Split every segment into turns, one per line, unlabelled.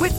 With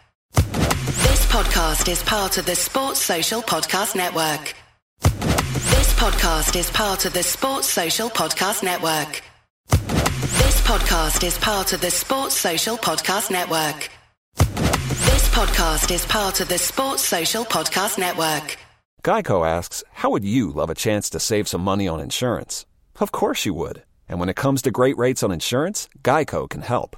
This podcast is part of the Sports Social Podcast Network. This podcast is part of the Sports Social Podcast Network. This podcast is part of the Sports Social Podcast Network. This podcast is part of the Sports Social Podcast Network.
Geico asks, How would you love a chance to save some money on insurance? Of course you would. And when it comes to great rates on insurance, Geico can help.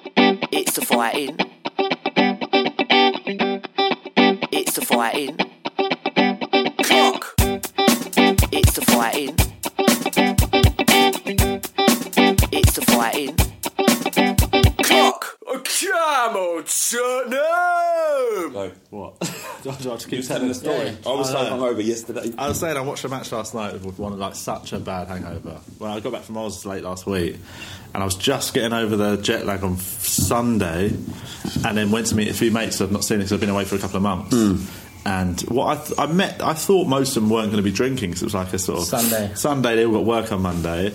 It's the fighting. It's the fighting. Clock. It's the fighting. It's the fighting. Clock.
Come on, son. No!
No, what? Do I have to keep telling the story? I was so
I know.
hungover yesterday. I was saying I watched a match last night with one like such a bad hangover. Well, I got back from Oz late last week, and I was just getting over the jet lag on Sunday, and then went to meet a few mates I've not seen because I've been away for a couple of months.
Hmm.
And what I, th- I met, I thought most of them weren't going to be drinking because it was like a sort of
Sunday.
Sunday they all got work on Monday,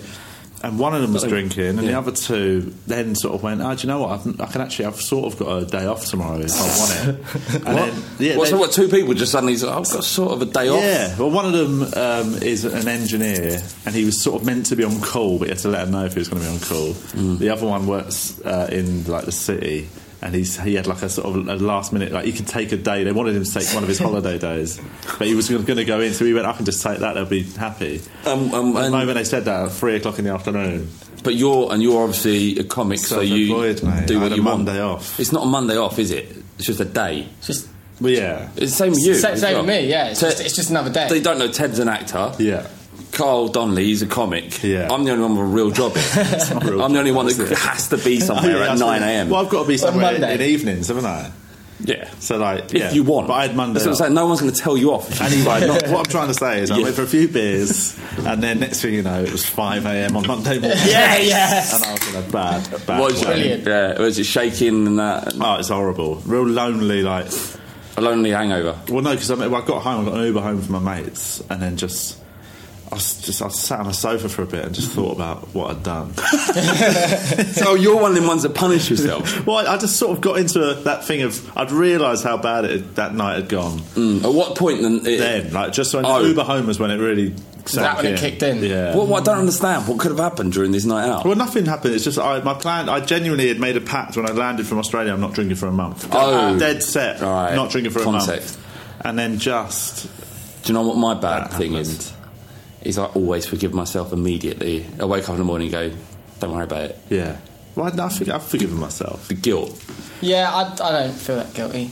and one of them was drinking, and the other two then sort of went, "Oh, do you know what? I've, I can actually, I've sort of got a day off tomorrow if I want it." And
What?
then, yeah,
Well,
they-
so what? Two people just suddenly said, "I've got sort of a day off."
yeah, well, one of them um, is an engineer, and he was sort of meant to be on call, but you had to let him know if he was going to be on call.
Hmm.
The other one works uh, in like the city, and he's he had like a sort of a last minute like you could take a day. They wanted him to take one of his holiday days, but he was going to go in, so he went, "I can just take that; they'll be happy."
Um, um,
the
and-
moment they said that, at three o'clock in the afternoon,
But you're and you're obviously a comic, so you
Self-employed, mate.
do
I
what
had a
you want.
Monday off.
It's not a Monday off, is it? It's just a day.
just well, yeah,
It's the same with you.
Sa-
as
same
well.
with me, yeah. It's
Ted-
just- it's just another day.
They don't know Ted's an actor.
yeah.
Carl Donnelly, he's a comic.
Yeah.
I'm the only one with a real job. here.
real
I'm the only one that has to be somewhere
Yeah,
at
that's what-
9 a.m.
Well, I've got to be somewhere in,
Monday.
in evenings, haven't I?
yeah.
So like,
If
yeah.
you want.
but I had Monday.
That's what I'm
off.
saying. No one's going to tell you off. if you
Anyway,
decide not
not, what I'm trying to say is I
Yeah.
went for a few beers, and then next thing you know, it was 5 a.m. on Monday morning.
Yeah, yes.
And I was in a bad, a bad
Was
way.
it? Yeah, was Uh, it shaking and that?
Oh, it's horrible. Real lonely, like...
A lonely hangover.
Well, no, because I, mean, well, I got home, I got an Uber home from my mates, and then just...
I was just I sat on a sofa for a bit and just thought about what I'd done.
so you're one of them ones that punish yourself.
well, I, I just sort of got into a, that thing of I'd realised how bad it, that night had gone.
Mm, At what point then? it-
then, like just when
Oh.
Uber home was when it really sank Yeah.
Well, what I don't understand. What could have happened during this night out?
Well, nothing happened. It's just I, my plan. I genuinely had made a pact when I landed from Australia. I'm not drinking for a month.
Oh.
dead set.
Right.
Not drinking for
Context.
a month. And then just
Do you know what my bad thing is? Is I always forgive myself immediately. I wake up in the morning and go, "Don't worry about it."
yeah. Well, I, I think I've forgiven myself.
The guilt.
Yeah, I, I don't feel that guilty.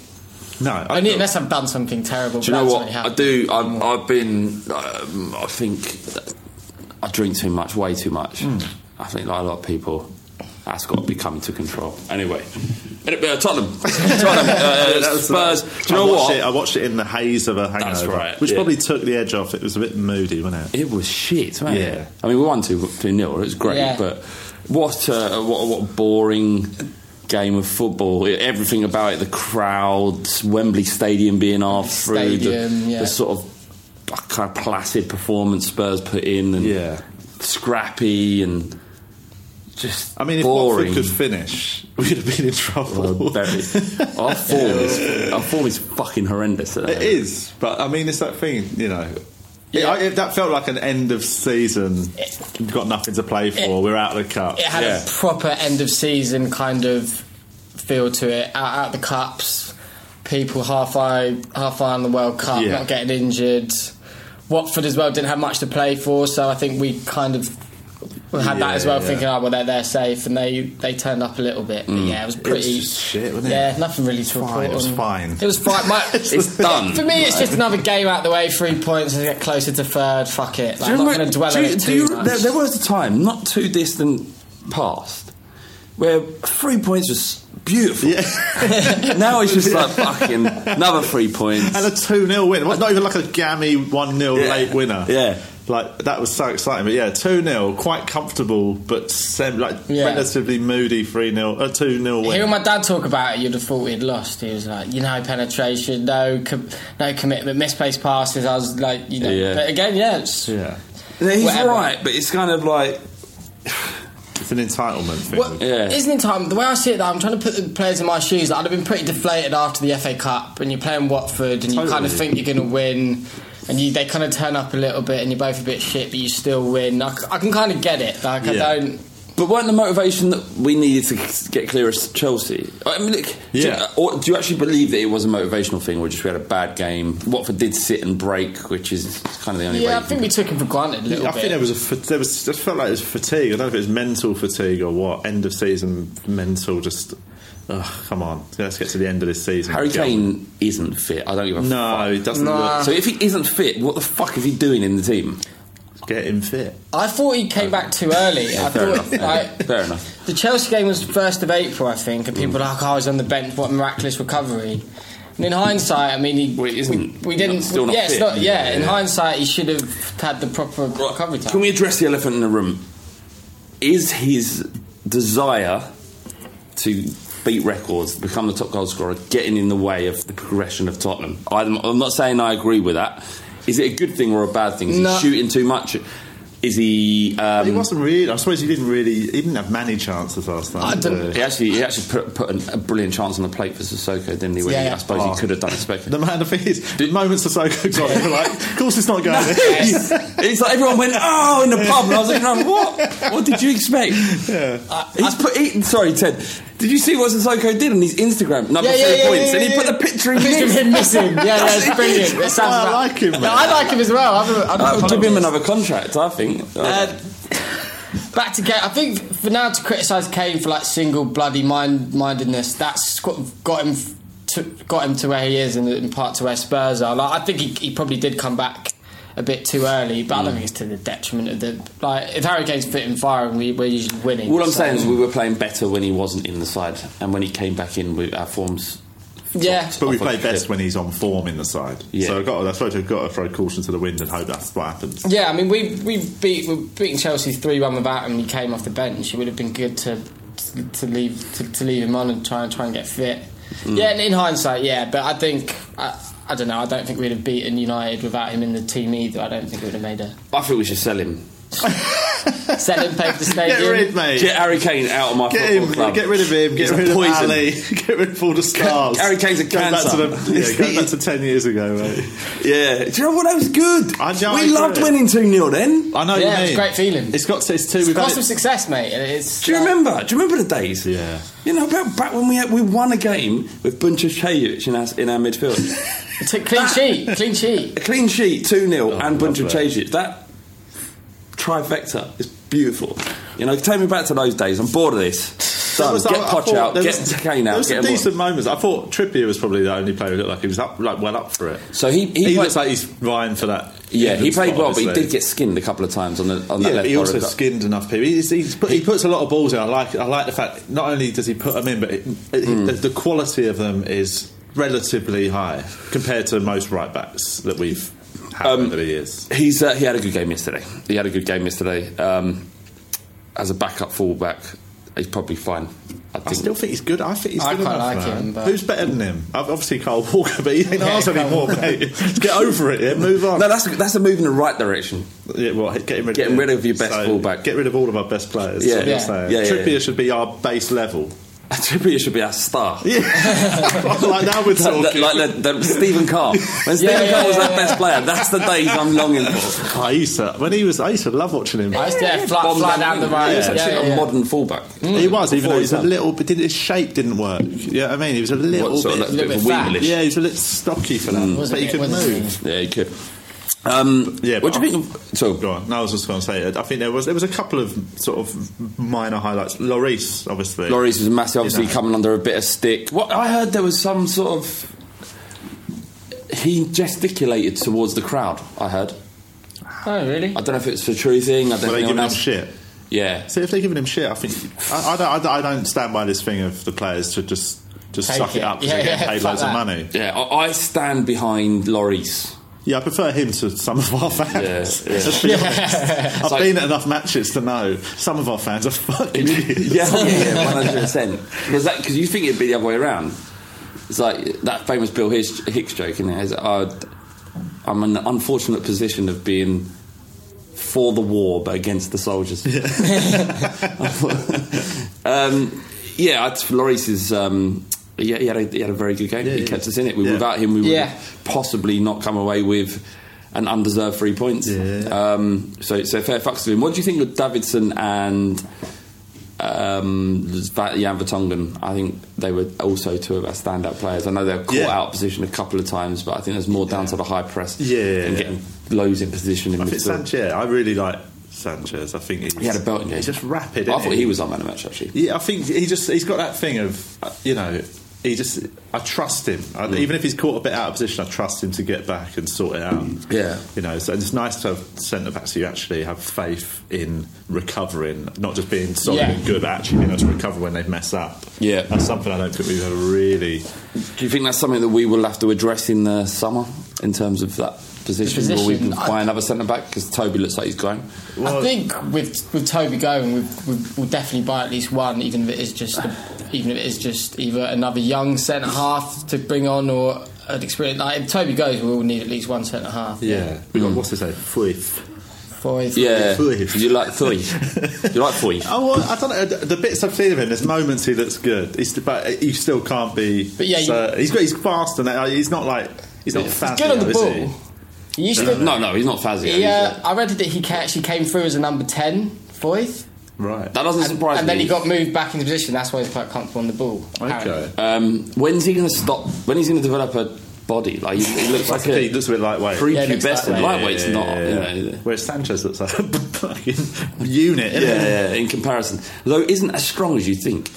No,
I mean, unless I've done something terrible.
Do you know
but
what
that's
I do? I'm, I've been. Um, I think that I drink too much, way too much. I think like a lot of people, that's got to be coming to control. Anyway, uh, Tottenham, Tottenham, uh, Spurs. Do you
I
know
watched
what?
It, I watched it in the haze of a hangover,
right,
which
yeah.
probably took the edge off. It was a bit moody, wasn't it?
It was shit, man.
Yeah.
I mean, we won 2 2 nil. It was great,
Yeah.
but what
uh,
a, what what a boring game of football. Everything about it, the crowds, Wembley Stadium being half through,
Stadium,
the,
yeah.
the sort of kind of placid performance Spurs put in, and
Yeah.
scrappy and just
I mean, if
boring.
Watford could finish, we'd have been in trouble.
Well, very- our form is our form is fucking horrendous. At the
It
moment.
is, but I mean, it's that thing, you know. It, I, it, that felt like an end of season. We've got nothing to play for. we're out of the cup.
It had a proper end of season kind of feel to it. Out, out the cups, people halfway halfway on the World Cup,
Yeah.
not getting injured. Watford as well didn't have much to play for, so I think we kind of had
Yeah,
that as well,
yeah.
thinking, oh well, they're they're safe, and they they turned up a little bit.
Mm.
But yeah, it was
It was
pretty
just shit, wasn't it?
Yeah, nothing really to
Fine,
report
it was
on.
fine.
It was fine. My,
It's done.
For me, it's just another game out the way, three points, and get closer to third. Fuck it. Like,
Do you
I'm not
remember-
going to dwell
do
on
you-
it
do
too
you-
much.
There, there was a time, not too distant past, where three points was beautiful. now it's just like fucking another three points.
and a 2 0 win. It was not even like a gammy 1 0
Yeah.
late winner.
Yeah.
Like, that was so exciting. But yeah, 2 0, quite comfortable, but sem- like
Yeah.
relatively moody 3 0, a 2 0 win.
Hearing my dad talk about it, you'd have thought he'd lost. He was like, you know, penetration, no, com- no commitment, misplaced passes. I was like, you know,
Yeah.
but again, yeah, it's,
yeah.
He's
whatever.
right, but it's kind of like
It's an entitlement thing.
Well,
Yeah.
Isn't it time? The way I see it, though, I'm trying to put the players in my shoes. I'd have been pretty deflated after the FA Cup, and you're playing Watford, and you kind
Totally.
of think you're going to win, and you, they kind of turn up a little bit, and you're both a bit shit, but you still win. I, c- I can kind of get it. Like
Yeah.
I don't.
But weren't the motivation that we needed to get clear as Chelsea? I mean, look, do,
Yeah.
you, or do you actually believe that it was a motivational thing, or just we had a bad game? Watford did sit and break, which is kind of the only way.
Yeah, I
you
think
can-
we took him for granted a little
I
bit.
think there was a fa- there was it felt like it was fatigue. I don't know if it was mental fatigue or what. End of season mental, just ugh, come on, let's get to the end of this season.
Harry
Get on.
Kane isn't fit. I don't give a
No,
fuck.
he doesn't
Nah.
So if he isn't fit, what the fuck is he doing in the team?
look. Get him fit.
I thought he came back too early.
fair
I
enough.
thought, like,
Fair enough.
The Chelsea game was first of April, I think, and people were like, "Oh, I was on the bench. What a miraculous recovery!" And in hindsight, I mean, he,
Well, he isn't-
we didn't.
he's still not
yeah,
fit.
it's not. Yeah, in
Yeah.
hindsight, he should have had the proper recovery time.
Can we address the elephant in the room? Is his desire to beat records, become the top goal scorer, getting in the way of the progression of Tottenham? I'm, I'm not saying I agree with that. Is it a good thing or a bad thing? Is
No.
he shooting too much? Is he? Um,
he wasn't really. I suppose he didn't really. He didn't have many chances last night.
I don't-
did he?
He actually, he actually put, put an, a brilliant chance on the plate for Sissoko, didn't he? When
Yeah,
he-
yeah.
I suppose
Oh.
he could have done it. Sissoko.
The man, the thing is, the moments are so good. God, we're like, of course it's not going.
it's like everyone went oh in the pub, and I was like, no, what? What did you expect? He's put. He, sorry, Ted. Did you see what Sissoko did on his Instagram? Number
Yeah, yeah,
three
yeah,
points,
yeah,
and he
yeah,
put
yeah.
the picture in.
Picture of
mid.
him missing. Yeah, that's brilliant. That
That's
sounds
why I
about-
like him, mate.
No, I like him as well. I'm, I'm
That would give him another contract, I think.
Uh, back to Kane. I think for now to criticise Kane for like single bloody mind mindedness, that's got, got him to, got him to where he is, and in part to where Spurs are. Uh, Like, I think he, he probably did come back a bit too early, but I
Mm.
don't think it's to the detriment of the like. If Harry Kane's fit and firing, we, we're usually winning.
All I'm
so-
saying is we were playing better when he wasn't in the side, and when he came back in, we, our forms.
yeah,
But we play best when he's on form in the side.
Yeah.
So I've got, to- I suppose we've got to throw caution to the wind and hope that's what happens.
yeah. I mean, we we beat we beating Chelsea three one without him. He came off the bench. It would have been good to to
Mm.
leave to, to leave him on and try and try and get fit. Yeah, and in hindsight, yeah. But I think I,
I don't know. I don't think we'd have beaten United without him in the team either. I don't think it would have made a
I think we should sell him.
sell him, pay for the stadium.
Get Harry Kane out of my
Get
football
him-
club.
get rid of him, get
He's a
rid of
poison.
Ali, get rid of all the stars.
Harry Kane's a
Go back
cancer.
to the- yeah, go back to ten years ago, mate.
Yeah. Do you know what? That was good.
I know,
we
I
loved
agree.
winning 2 0 then.
I know.
Yeah,
you
it's
mean.
a great feeling.
It's got to. It's two.
It's
we've had
cost
it-
of success, mate. and It's
Do you remember? Do you remember the days?
Yeah.
You know, back, back when we had, we won a game with Bunchevchevich in our, in our midfield.
It's a clean sheet. Clean sheet.
a clean sheet, 2 0,
Oh,
and
love that.
Bunchevchevich. That trifecta is beautiful. You know, take me back to those days. I'm bored of this.
There
Done.
was-
Get
I- I
Poch
thought
out,
there
get
was-
Kane
There
out,
was some
get him on.
decent moments. I thought Trippier was probably the only player who looked like he was up, like well up for it.
So he,
He,
he, played-
looks like he's vying for that.
yeah, he
England
played
spot,
well, but he
obviously.
did get skinned a couple of times on, the, on that
Yeah, but
left
he also
corridor.
skinned enough people. He's, he's put, he puts a lot of balls in. I like. I like the fact. Not only does he put them in, but it, it-
Hmm.
the, the quality of them is relatively high compared to most right backs that we've had over the years.
Um, He's uh, he had a good game yesterday. He had a good game yesterday. Um, as a backup fullback, he's probably fine. I
I
think.
still think he's good. I think he's
I
good
quite
enough,
like
man.
him, but-
Who's better than him? Ob- Obviously, Carl Walker, but he ain't
Yeah,
ours
Kyle
anymore,
Walker.
mate. Get over it. Yeah, move on.
no, that's that's a move in the right direction.
Yeah, well, getting rid,
Getting
of,
rid of your best fullback.
Get rid of all of our best players.
Yeah.
Yeah, yeah.
Yeah. Yeah, yeah,
Trippier
yeah.
should be our base level.
Trippier should be our star.
Yeah, like now we're
Like,
talking.
like the, the Stephen Carr. When Stephen
yeah,
Carr was
yeah,
our best player, that's the days I'm longing for.
I used to when he was. I used to love watching him.
I used to yeah, fly,
Bomb
fly down the right.
He was
Yeah,
actually
yeah,
a
yeah.
modern fullback.
He was, even though
Before
he was a
done.
little bit. Did, his shape didn't work. You know what I mean? He was a little
What, sort
bit.
of, like, a bit
bit
of
fat. Mm.
Weevilish?
yeah, he was a little stocky for that,
Was a
but he
bit-
could
was a bit-
move.
Yeah, he could. Um,
Yeah,
what
but
do you think? Of, so,
Go on. No, I was just going to say. I think there was there was a couple of sort of minor highlights. Lloris, obviously.
Loris was massive, obviously
You know.
coming under a bit of stick. What I heard there was some sort of he gesticulated towards the crowd. I heard.
Oh, really?
I don't know if it's a true thing. I don't
Were
know
they giving him
else.
shit?
Yeah.
See, if they're giving him shit, I think
Uh,
I, I, don't, I, don't, I don't stand by this thing of the players to just just
Take
suck it,
it.
up because
Yeah,
they're getting
yeah,
paid
fuck
loads
that.
of money.
Yeah, I, I stand behind Loris.
Yeah, I prefer him to some of our fans.
Yeah, yeah.
Let's be honest. I've
like-
been at enough matches to know some of our fans are fucking idiots.
Yeah, yeah, one hundred percent. Because you think it'd be the other way around. It's like that famous Bill Hicks, Hicks joke, in there. Is, uh, I'm in the unfortunate position of being for the war but against the soldiers. um, yeah, I- Lloris is. Um, yeah, he had, a, he had a very good game. he
yeah.
kept us in it. We,
Yeah.
Without him, we would
Yeah.
have possibly not come away with an undeserved three points. Um, so, so fair fucks to him. What do you think of Davidson and um, Va- Jan Vertonghen? I think they were also two of our standout players. I know they were caught
Yeah.
out of position a couple of times, but I think there's more down to the high press
Yeah, yeah,
and
yeah.
getting loads in position in
I think
midfield.
Sanchez. I really like Sanchez. I think he's,
He had a belt in
He's just rapid.
I
isn't
thought he was our man of the match actually.
Yeah, I think he just he's got that thing of uh, you know he just I trust him. I,
Hmm.
Even if he's caught a bit out of position, I trust him to get back and sort it out.
Yeah.
you know, so it's nice to have centre backs who actually have faith in recovering, not just being solid
Yeah.
and good, but actually being able to recover when they mess up.
Yeah.
that's something I don't think we've ever really.
Do you think that's something that we will have to address in the summer in terms of that position?
The
Will we
position, I-
buy another centre back because Toby looks like he's going?
Well-
I think with with Toby going, we, we, we'll definitely buy at least one, even if it is just a, even if it is just either another young centre half to bring on or an experience. Like if Toby goes, we'll need at least one centre half.
Yeah, we got what's his name? Fuif.
Five.
Yeah,
Foy.
you like Foy? you like Foy?
Oh, well, I don't know. The the bits I've seen of him, there's moments he looks good, he's, but you still can't be.
But yeah, you-
so- he's got he's fast and that- he's not like he's not
He's
fast.
good on the
is
ball.
he?
He used to.
No, no, he's not Fazio.
He,
he's,
uh,
uh,
I read that he ca- actually came through as a number ten, Foyth,
Right.
that doesn't
and,
surprise
and then
me.
he got moved back into position. That's why he's quite comfortable on the ball. apparently.
okay.
Um, when's he going to stop? When he's going to develop a body? Like he, he looks like
That's okay.
a
He looks a bit lightweight.
pre
Yeah, he looks
pubescent.
that way.
Lightweight's
Yeah,
not.
yeah, yeah.
You know.
Whereas Sanchez looks like a fucking unit.
yeah,
isn't he?
yeah, in comparison, though, isn't as strong as you think.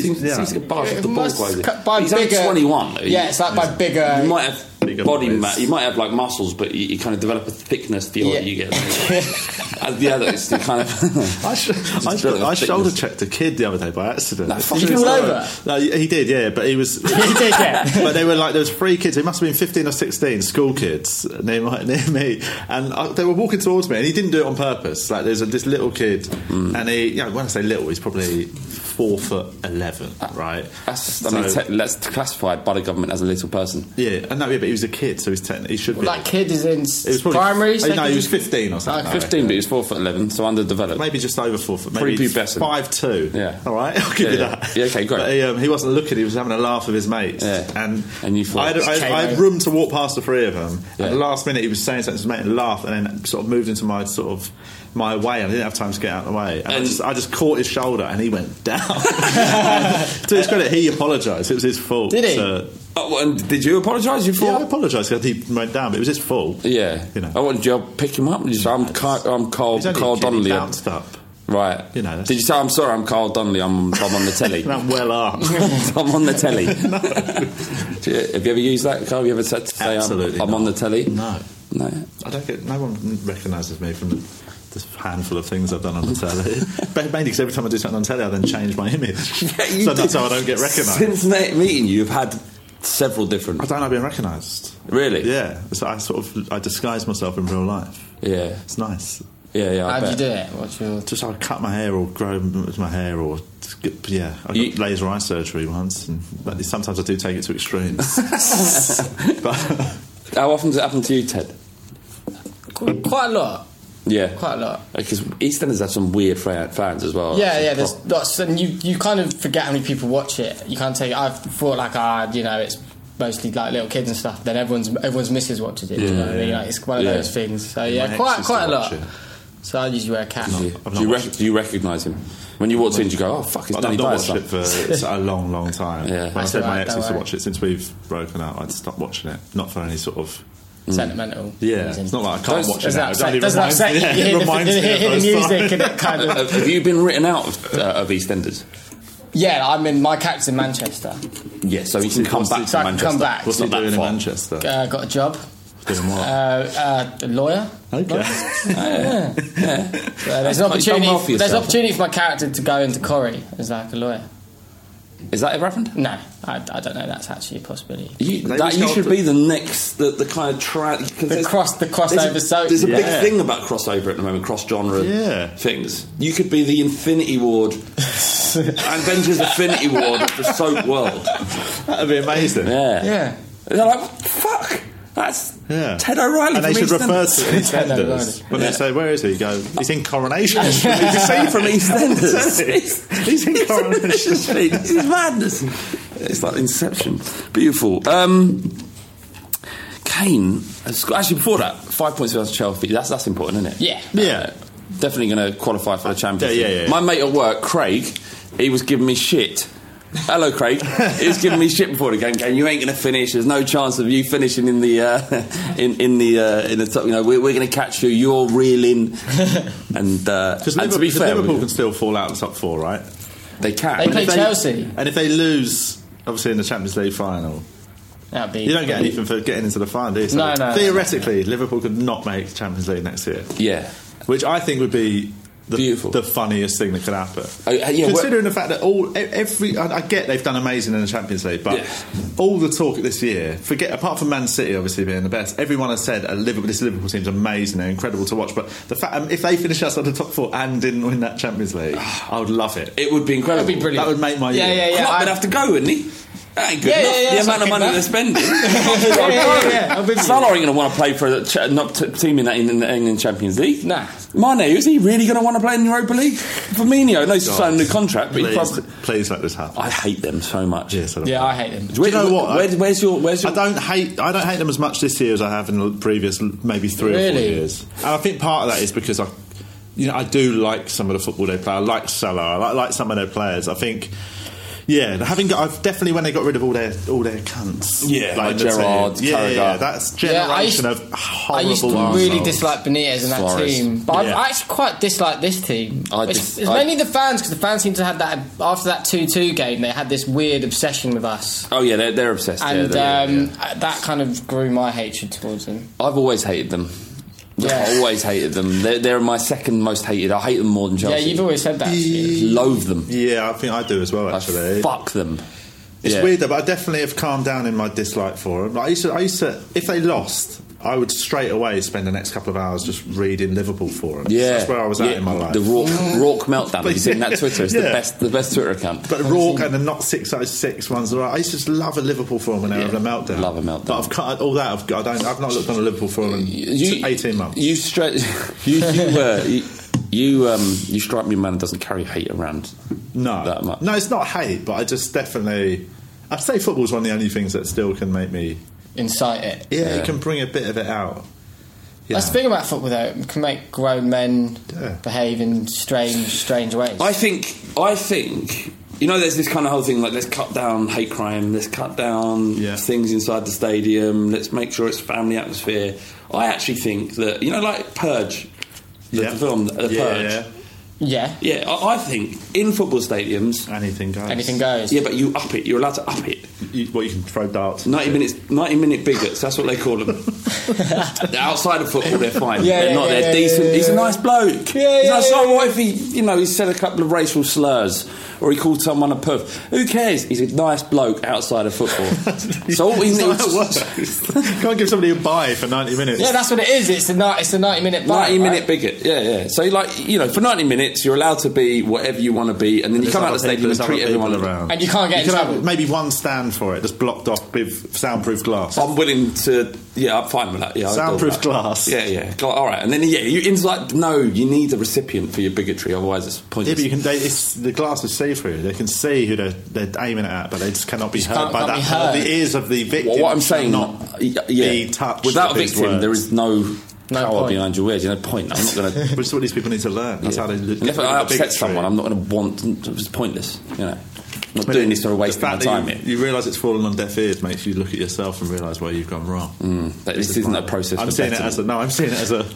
Seems,
Yeah.
seems to get barred off
It
the ball
must
quite a bit.
cut by
He's
bigger-
only 21. Though.
Yeah, it's like by bigger.
You might have
Bigger
body
boys.
mass. You might have like muscles, but you, you kind of develop a thickness feel that
Yeah.
you get. As the others, you kind of.
I, sh-
Just
I, sh-
develop
I
thickness.
shoulder checked a kid the other day by accident.
That fucking
He was
fell
like-
over?
No, he did, yeah, but he was.
He did, yeah.
but they were like, there was three kids. They must have been fifteen or sixteen, school kids near my, near me, and I, they were walking
Hmm.
towards me, and he didn't do it on purpose. Like there's a, this little kid, and he, you know, when I say little, he's probably four foot eleven, right?
Ah, That's, I mean, te- that's classified by the government as a little person.
yeah, and no, yeah, but he was a kid, so he's ten. He should be.
That kid is in
It was probably-
primary.
Oh, no,
secondary-
he was fifteen or something. I reckon.
Ah, Fifteen, but he's four foot eleven, so underdeveloped.
Maybe just over four foot. Maybe
Prepubescent.
five two.
Yeah.
All right, I'll
Yeah,
give you
yeah.
that.
Yeah, okay, great.
But he, um, he wasn't looking. He was having a laugh with his mates.
Yeah.
And
And you
I
thought
had, I, had- I had room to walk past the three of them. At the last minute, he was saying something to his mate and laughed, and then sort of moved into my sort of my way. And I didn't have time to get out of the way. And, I, just, I just caught his shoulder, and he went down. to his credit, he apologised. It was his fault.
Did he?
So-
Oh, well, and did you apologise? You
yeah,
thought?
I apologised. 'cause He went down, but it was his fault.
Yeah.
You know.
I wanted you to pick him up. and you say, I'm, Car- I'm Carl,
He's only a
Carl
kid, he
Donnelly.
bounced up.
Right.
You know, that's-
Did you say, I'm sorry, I'm Carl Donnelly, I'm, I'm on the telly?
And I'm well armed.
I'm on the telly. Do you- Have you ever used that, Carl? Have you ever said to say, I'm,
Absolutely
um, I'm on the telly?
No.
No.
I don't get. No one recognises me from this handful of things I've done on the telly. But Mainly because every time I do something on telly, I then change my image.
you
so that's
did.
how I don't get recognised.
Since na- meeting you, you've had several different.
I don't like being recognised.
Really?
Yeah. So I sort of I disguise myself in real life.
Yeah.
It's nice.
Yeah, yeah. I
How'd you
bet.
do it? What's your?
Just I cut my hair or grow m- my hair or just get- yeah. I got
You-
laser eye surgery once, and but sometimes I do take it to extremes. but
How often does it happen to you, Ted?
Qu- Quite a lot.
Yeah.
Quite a lot.
Because EastEnders have some weird fra- fans as well.
Yeah,
Some
yeah.
pro-
There's lots, and you you kind of forget how many people watch it. You can't take. I've thought like, ah, you know, it's mostly like little kids and stuff. Then everyone's everyone's missus watches it. do you know what I mean?
yeah.
Like, it's one of
Yeah.
those things. So
My
yeah,
ex
quite
used
quite
to
a
watch
lot.
it.
So I usually wear a cap.
I've
do
not
you,
watched
rec- do you recognise him? When you walked in, do you go, oh, fuck, it's
I've not
Danny Dyer's
watched
son.
it for it's a long, long time.
Yeah.
When I said my
alright,
ex
don't
used to
worry.
watch it, since we've broken up, I'd stopped watching it. Not for any sort of.
Mm.
Sentimental.
Yeah,
reason.
it's not like I can't
Does-
watch it
Does
now.
that upset-
It only
doesn't
reminds
upset
me-
you?
yeah,
You hear the-
it reminds
you
me
hear
of
the
those
music
times.
and it kind
Have
of.
have you been written out of, uh, of EastEnders?
Yeah, I'm in my cap's in Manchester.
Yeah, so you can come back
So
to
I can
Manchester.
come back.
What's he
It's not
doing
that
in
far.
Manchester?
Uh, got a job.
Doing what?
Uh, uh, a lawyer.
okay.
Yeah.
Uh, there's an
You've done
opportunity.
well for
there's an
yourself.
opportunity for my character to go into Corey as like a lawyer.
Is that ever happened?
No, I, I don't know. That's actually a possibility.
You,
They
that,
just
you
go
should
for-
be the next, the, the kind of tra- 'cause there's-
cross- the crossover
There's a,
so-
there's a
Yeah.
big thing about crossover at the moment, cross genre
Yeah.
things. You could be the Infinity Ward, Avengers Infinity Ward of the soap world.
That'd be amazing.
Yeah,
Yeah.
They're like, what the fuck? That's
Yeah.
Ted O'Reilly.
And they
from
should refer to
EastEnders.
it as
Ted O'Reilly.
EastEnders. When they say, where is he? You go, he's in Coronation Street. You see from EastEnders. He's in Coronation Street.
this is madness. It's like Inception. Beautiful. Um, Kane has got- actually before that five points against Chelsea. That's that's important, isn't it?
Yeah.
Yeah.
Definitely going to qualify for the Champions.
Yeah, yeah,
League.
yeah.
My mate at work, Craig, he was giving me shit. Hello, Craig. He was giving me shit before the game. Going, you ain't going to finish. There's no chance of you finishing in the uh, in in the uh, in the top. You know, we're, we're going to catch you. You're reeling. And uh, and
Because Liverpool,
to be
'cause
fair,
Liverpool
we-
can still fall out of the top four, right?
they can.
They play
If they-
Chelsea.
And if they lose, obviously, in the Champions League final,
That'd be.
You don't get anything for getting into the final, do you? So
No, no,
Theoretically, Liverpool could not make the Champions League next year,
yeah.
which I think would be the,
Beautiful.
the funniest thing that could happen.
Oh, yeah, yeah,
Considering the fact that all e- every, I, I get they've done amazing in the Champions League, but
Yeah.
all the talk this year, forget apart from Man City obviously being the best, everyone has said uh, Liverpool, this Liverpool team's amazing, they're incredible to watch. But the fact um, if they finish outside the top four and didn't win that Champions League, I would love it.
It would be incredible.
That'd be brilliant.
That would make my
Yeah,
year.
yeah, yeah.
Klopp
I-
would have to go, wouldn't he? That ain't good
Yeah,
enough.
yeah, yeah,
the
that's
amoung
not
of money
good
they're spending.
yeah, yeah, yeah, I'm with you.
Salah ain't going to want to play for a ch- not t- team in that in the England Champions League.
Nah.
Mane, is he really going to want to play in Europa League? Firmino, I know he's signed a new contract, but he
Please,
probably.
please let this happen.
I hate them so much.
Yes, I don't
Yeah,
know.
I hate them.
Do
you know what?
where- where's your? Where's your?
I don't hate I don't hate them as much this year as I have in the previous l- maybe three or four
Really?
years. And I think part of that is because I, you know, I do like some of the football they play. I like Salah. I like, like some of their players. I think. Yeah, having got, I've definitely when they got rid of all their all their cunts,
Yeah, like
the team.
Gerrard,
yeah, yeah,
Carragher.
that's
Yeah,
generation
I used-
of
I
horrible.
used to
arseholes.
really dislike Benitez and that
Suarez.
team, but
Yeah.
I actually quite dislike this team.
I
it's
dis-
it's
I-
mainly the fans because the fans seem to have that after that two-two game. They had this weird obsession with us,
Oh yeah, they're, they're obsessed. yeah,
and
they're- yeah,
um,
yeah.
that kind of grew my hatred towards them.
I've always hated them.
Yeah.
I've always hated them. They're, they're my second most hated. I hate them more than Chelsea.
Yeah, you've always said that. actually.
loathe them.
Yeah, I think I do as well.
I
Actually,
fuck them.
It's
Yeah.
weird though, but I definitely have calmed down in my dislike for them. Like, I used to, I used to, if they lost,
I would straight away spend the next couple of hours just reading Liverpool for him.
Yeah,
that's where I was at
Yeah,
in my life.
The Rourke, Rourke meltdown. Have you seen
Yeah.
that Twitter? It's the
Yeah.
best, the best Twitter account.
But Rourke and the not 606 ones are right. I used to just love a Liverpool forum when they were having a meltdown. Love a meltdown. But I've cut all that. I've, I don't, I've not looked on a Liverpool forum in 18 months.
You straight, you you, uh, you, you um you strike me a man that doesn't carry hate around.
No,
that much.
No, it's not hate, but I just definitely. I'd say football's one of the only things that still can make me.
incite it.
Yeah, it can bring a bit of it out.
That's the thing about football, though. It can make grown men behave in strange, strange ways.
I think I think you know there's this kind of whole thing like let's cut down hate crime, let's cut down things inside the stadium, let's make sure it's family atmosphere. I actually think that you know like Purge, the, the film The
Yeah,
Purge.
yeah. Yeah.
Yeah, I, I think in football stadiums,
anything goes.
Anything goes.
Yeah, but you up it. You're allowed to up it.
You, well, you can throw darts.
Ninety minutes. Ninety minute bigots. That's what they call them. They're outside of football, they're fine.
Yeah,
they're
yeah,
not.
yeah,
they're
yeah,
decent.
yeah,
He's a
yeah.
nice bloke.
Yeah,
He's
yeah,
like,
yeah,
so
yeah.
what if he, you know, he said a couple of racial slurs or he called someone a puff? Who cares? He's a nice bloke outside of football. so all he
It's not
needs.
how it works. Can't give somebody a bye for 90 minutes.
yeah, that's what it is. It's a ni- it's a ninety minute. Bar,
90 minute
right?
bigot, yeah, yeah. So, like, you know, for 90 minutes, you're allowed to be whatever you want to be, and then you
There's
come out
other
of the stadium
people-
and treat
there's other
everyone
people
around.
And you can't get in
can
trouble.
have maybe one stand for it, just blocked off with soundproof glass.
I'm willing to. Yeah, I'm fine with that. Yeah, I'll deal with
Soundproof
that.
glass.
Yeah, yeah. Gla- All right, and then yeah, you it's like no, you need a recipient for your bigotry, otherwise it's
Yeah,
pointless.
but you can. They, it's, the glass is see-through. They can see who they're, they're aiming it at, but they just cannot be
Just
heard
can't-
by
can't
that.
be heard.
The ears of the victim.
Well, what I'm saying,
not
y- yeah,
be touched
without a
with his
victim,
words.
there is no. power
point.
behind your words, you know, point. I'm not going to.
Which is what these people need to learn. That's how they. look-
And if
look
I
at the
upset
bigotry.
someone, I'm not going to want. It's pointless. You know, I'm not
Maybe
doing this for a
the
waste of my
fact
time.
that
here.
You, you realise it's fallen on deaf ears makes you look at yourself and realise where you've gone wrong.
That
This
this,
is
isn't
my-
a process.
I'm
for
seeing it
betterment.
as a no. I'm seeing it as a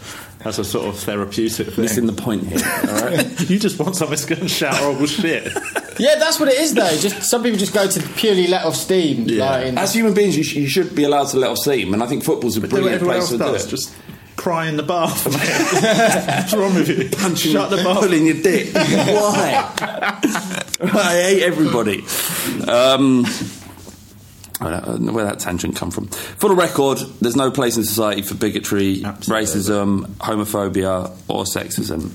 as a sort of therapeutic thing.
Missing the point here. All right.
you just want someone that's going to shout horrible shit.
Yeah, that's what it is though. Just some people just go to purely let off steam. like, and-
As human beings, you, sh- you should be allowed to let off steam, and I think football's a
Do what
brilliant
everyone
place to
else
do
does.
it.
Just cry in the bath. mate. What's wrong with you?
Punching-
Shut the bath.
pulling your dick. Why? I hate everybody. Um, I don't know where that tangent come from. For the record, there's no place in society for bigotry, racism, homophobia, or sexism.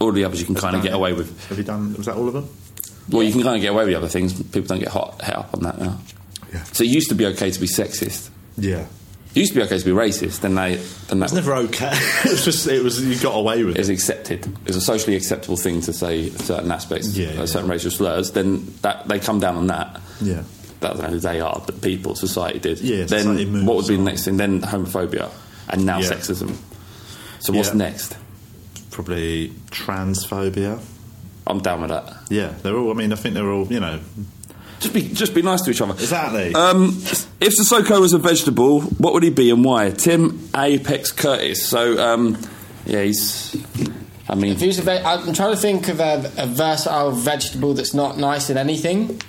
All the others you can kind of get away with.
Have you done? Was that all of them?
Well, you can kind of get away with the other things. People don't get hot, hit up on that now. So it used to be okay to be sexist.
Yeah.
It used to be okay to be racist. Then they, then that
It's never okay. it's just it was you got away with it.
is accepted. It's a socially acceptable thing to say certain aspects,
Yeah,
uh,
yeah.
certain racial slurs. Then that they come down on that.
Yeah.
I don't know who they are, but people, society did.
Yeah,
then
society moves
what would be the next thing? Then homophobia, and now
Yeah.
sexism. So what's
Yeah.
next?
Probably transphobia.
I'm down with that.
Yeah, they're all. I mean, I think they're all. You know,
Just be just be nice to each other.
Exactly.
Um, if Sissoko was a vegetable, what would he be and why? Tim Apex Curtis. So um, yeah, he's. I mean,
If he was a ve- I'm trying to think of a, a versatile vegetable that's not nice in anything.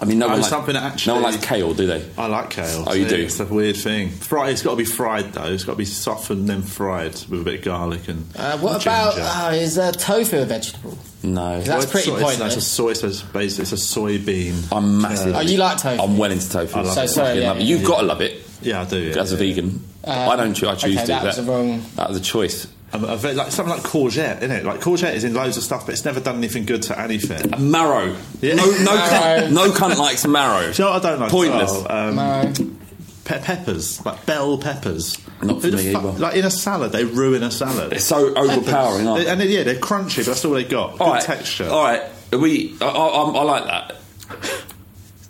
I mean, no
Oh,
one likes,
something that
no one
actually-
likes kale, do they?
I like kale.
Oh, you
Yeah,
do?
It's a weird thing. Fried. It's got to be fried though. It's got to be softened then fried with a bit of garlic and.
Uh, what
ginger.
about uh, is uh, tofu a vegetable?
No,
That's pretty
soy, it's-
pointless.
It's a soy. It's a, base, it's a soybean.
I'm massive.
Oh, you like tofu?
I'm well into tofu.
I love
So
it.
sorry,
Fucking
yeah,
love it.
yeah,
You've
yeah.
got to love it
Yeah, I do. Yeah,
as a vegan.
Uh,
Um,
I don't. choo- I choose
okay,
to.
that was
that,
a wrong-
that was a choice.
Um, a ve- like something like courgette, isn't it? Like courgette is in loads of stuff, but it's never done anything good to anything.
Um, Marrow.
Yeah.
No, no,
Marrow.
cunt, no cunt likes marrow.
Do you know what I don't like? as
Pointless.
well? Um,
No.
pe- peppers, like bell peppers.
Not for
Who the
me
fuck-
either.
Like in a salad, they ruin a salad.
They're so overpowering, aren't
They-
they?
and they- yeah, they're crunchy. But that's all they got. Good
All right.
texture.
All right. Are we. I, I, I'm- I like that.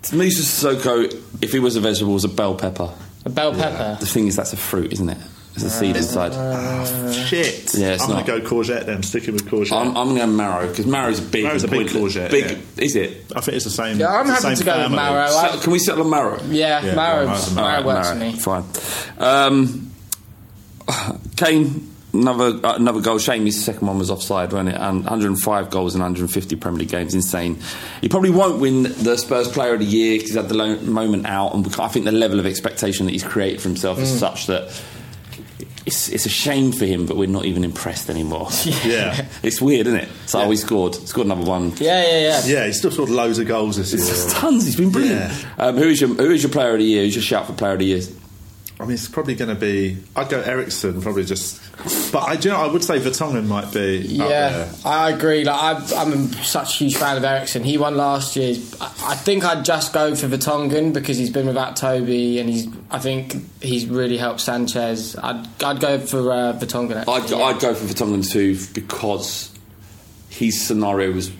To me, Sissoko, if he was a vegetable, was a bell pepper.
A bell pepper.
The thing is, that's a fruit, isn't it? It's a seed inside.
Uh.
Uh, Shit.
Yeah, it's
I'm
not.
gonna go courgette then. Sticking with courgette.
I'm, I'm going to marrow because marrow's big.
Marrow's a
and
big
pointless.
courgette,
Big,
yeah.
is it?
I think it's the same.
Yeah, I'm
it's the
happy to
same
go with
family.
marrow. I-
So- can we settle on marrow?
yeah,
yeah,
marrow,
marrow's a-
marrow
Alright,
works for
alright,
me.
Fine. Um, Kane, another uh, another goal. Shame his second one was offside, wasn't it? And 105 goals in 150 Premier League games, insane. He probably won't win the Spurs Player of the Year because he's had the lo- moment out, and I think the level of expectation that he's created for himself is such that. It's, it's a shame for him, but we're not even impressed anymore.
Yeah.
it's weird, isn't it? So we scored, scored another one.
Yeah, yeah, yeah.
Yeah, he's still scored loads of goals this year.
Tons. He's been brilliant. Um, who is your Who is your player of the year? Who's your shout for player of the year?
I mean, it's probably going to be. I'd go Ericsson, probably just. But I do. You know, I would say Vertonghen might be. up
Yeah,
there.
I agree. Like I've, I'm a such a huge fan of Ericsson. He won last year. I I think I'd just go for Vertonghen because he's been without Toby, and he's. I think he's really helped Sanchez. I'd, I'd go for uh, Vertonghen. Actually.
I'd, I'd go for Vertonghen too because his scenario was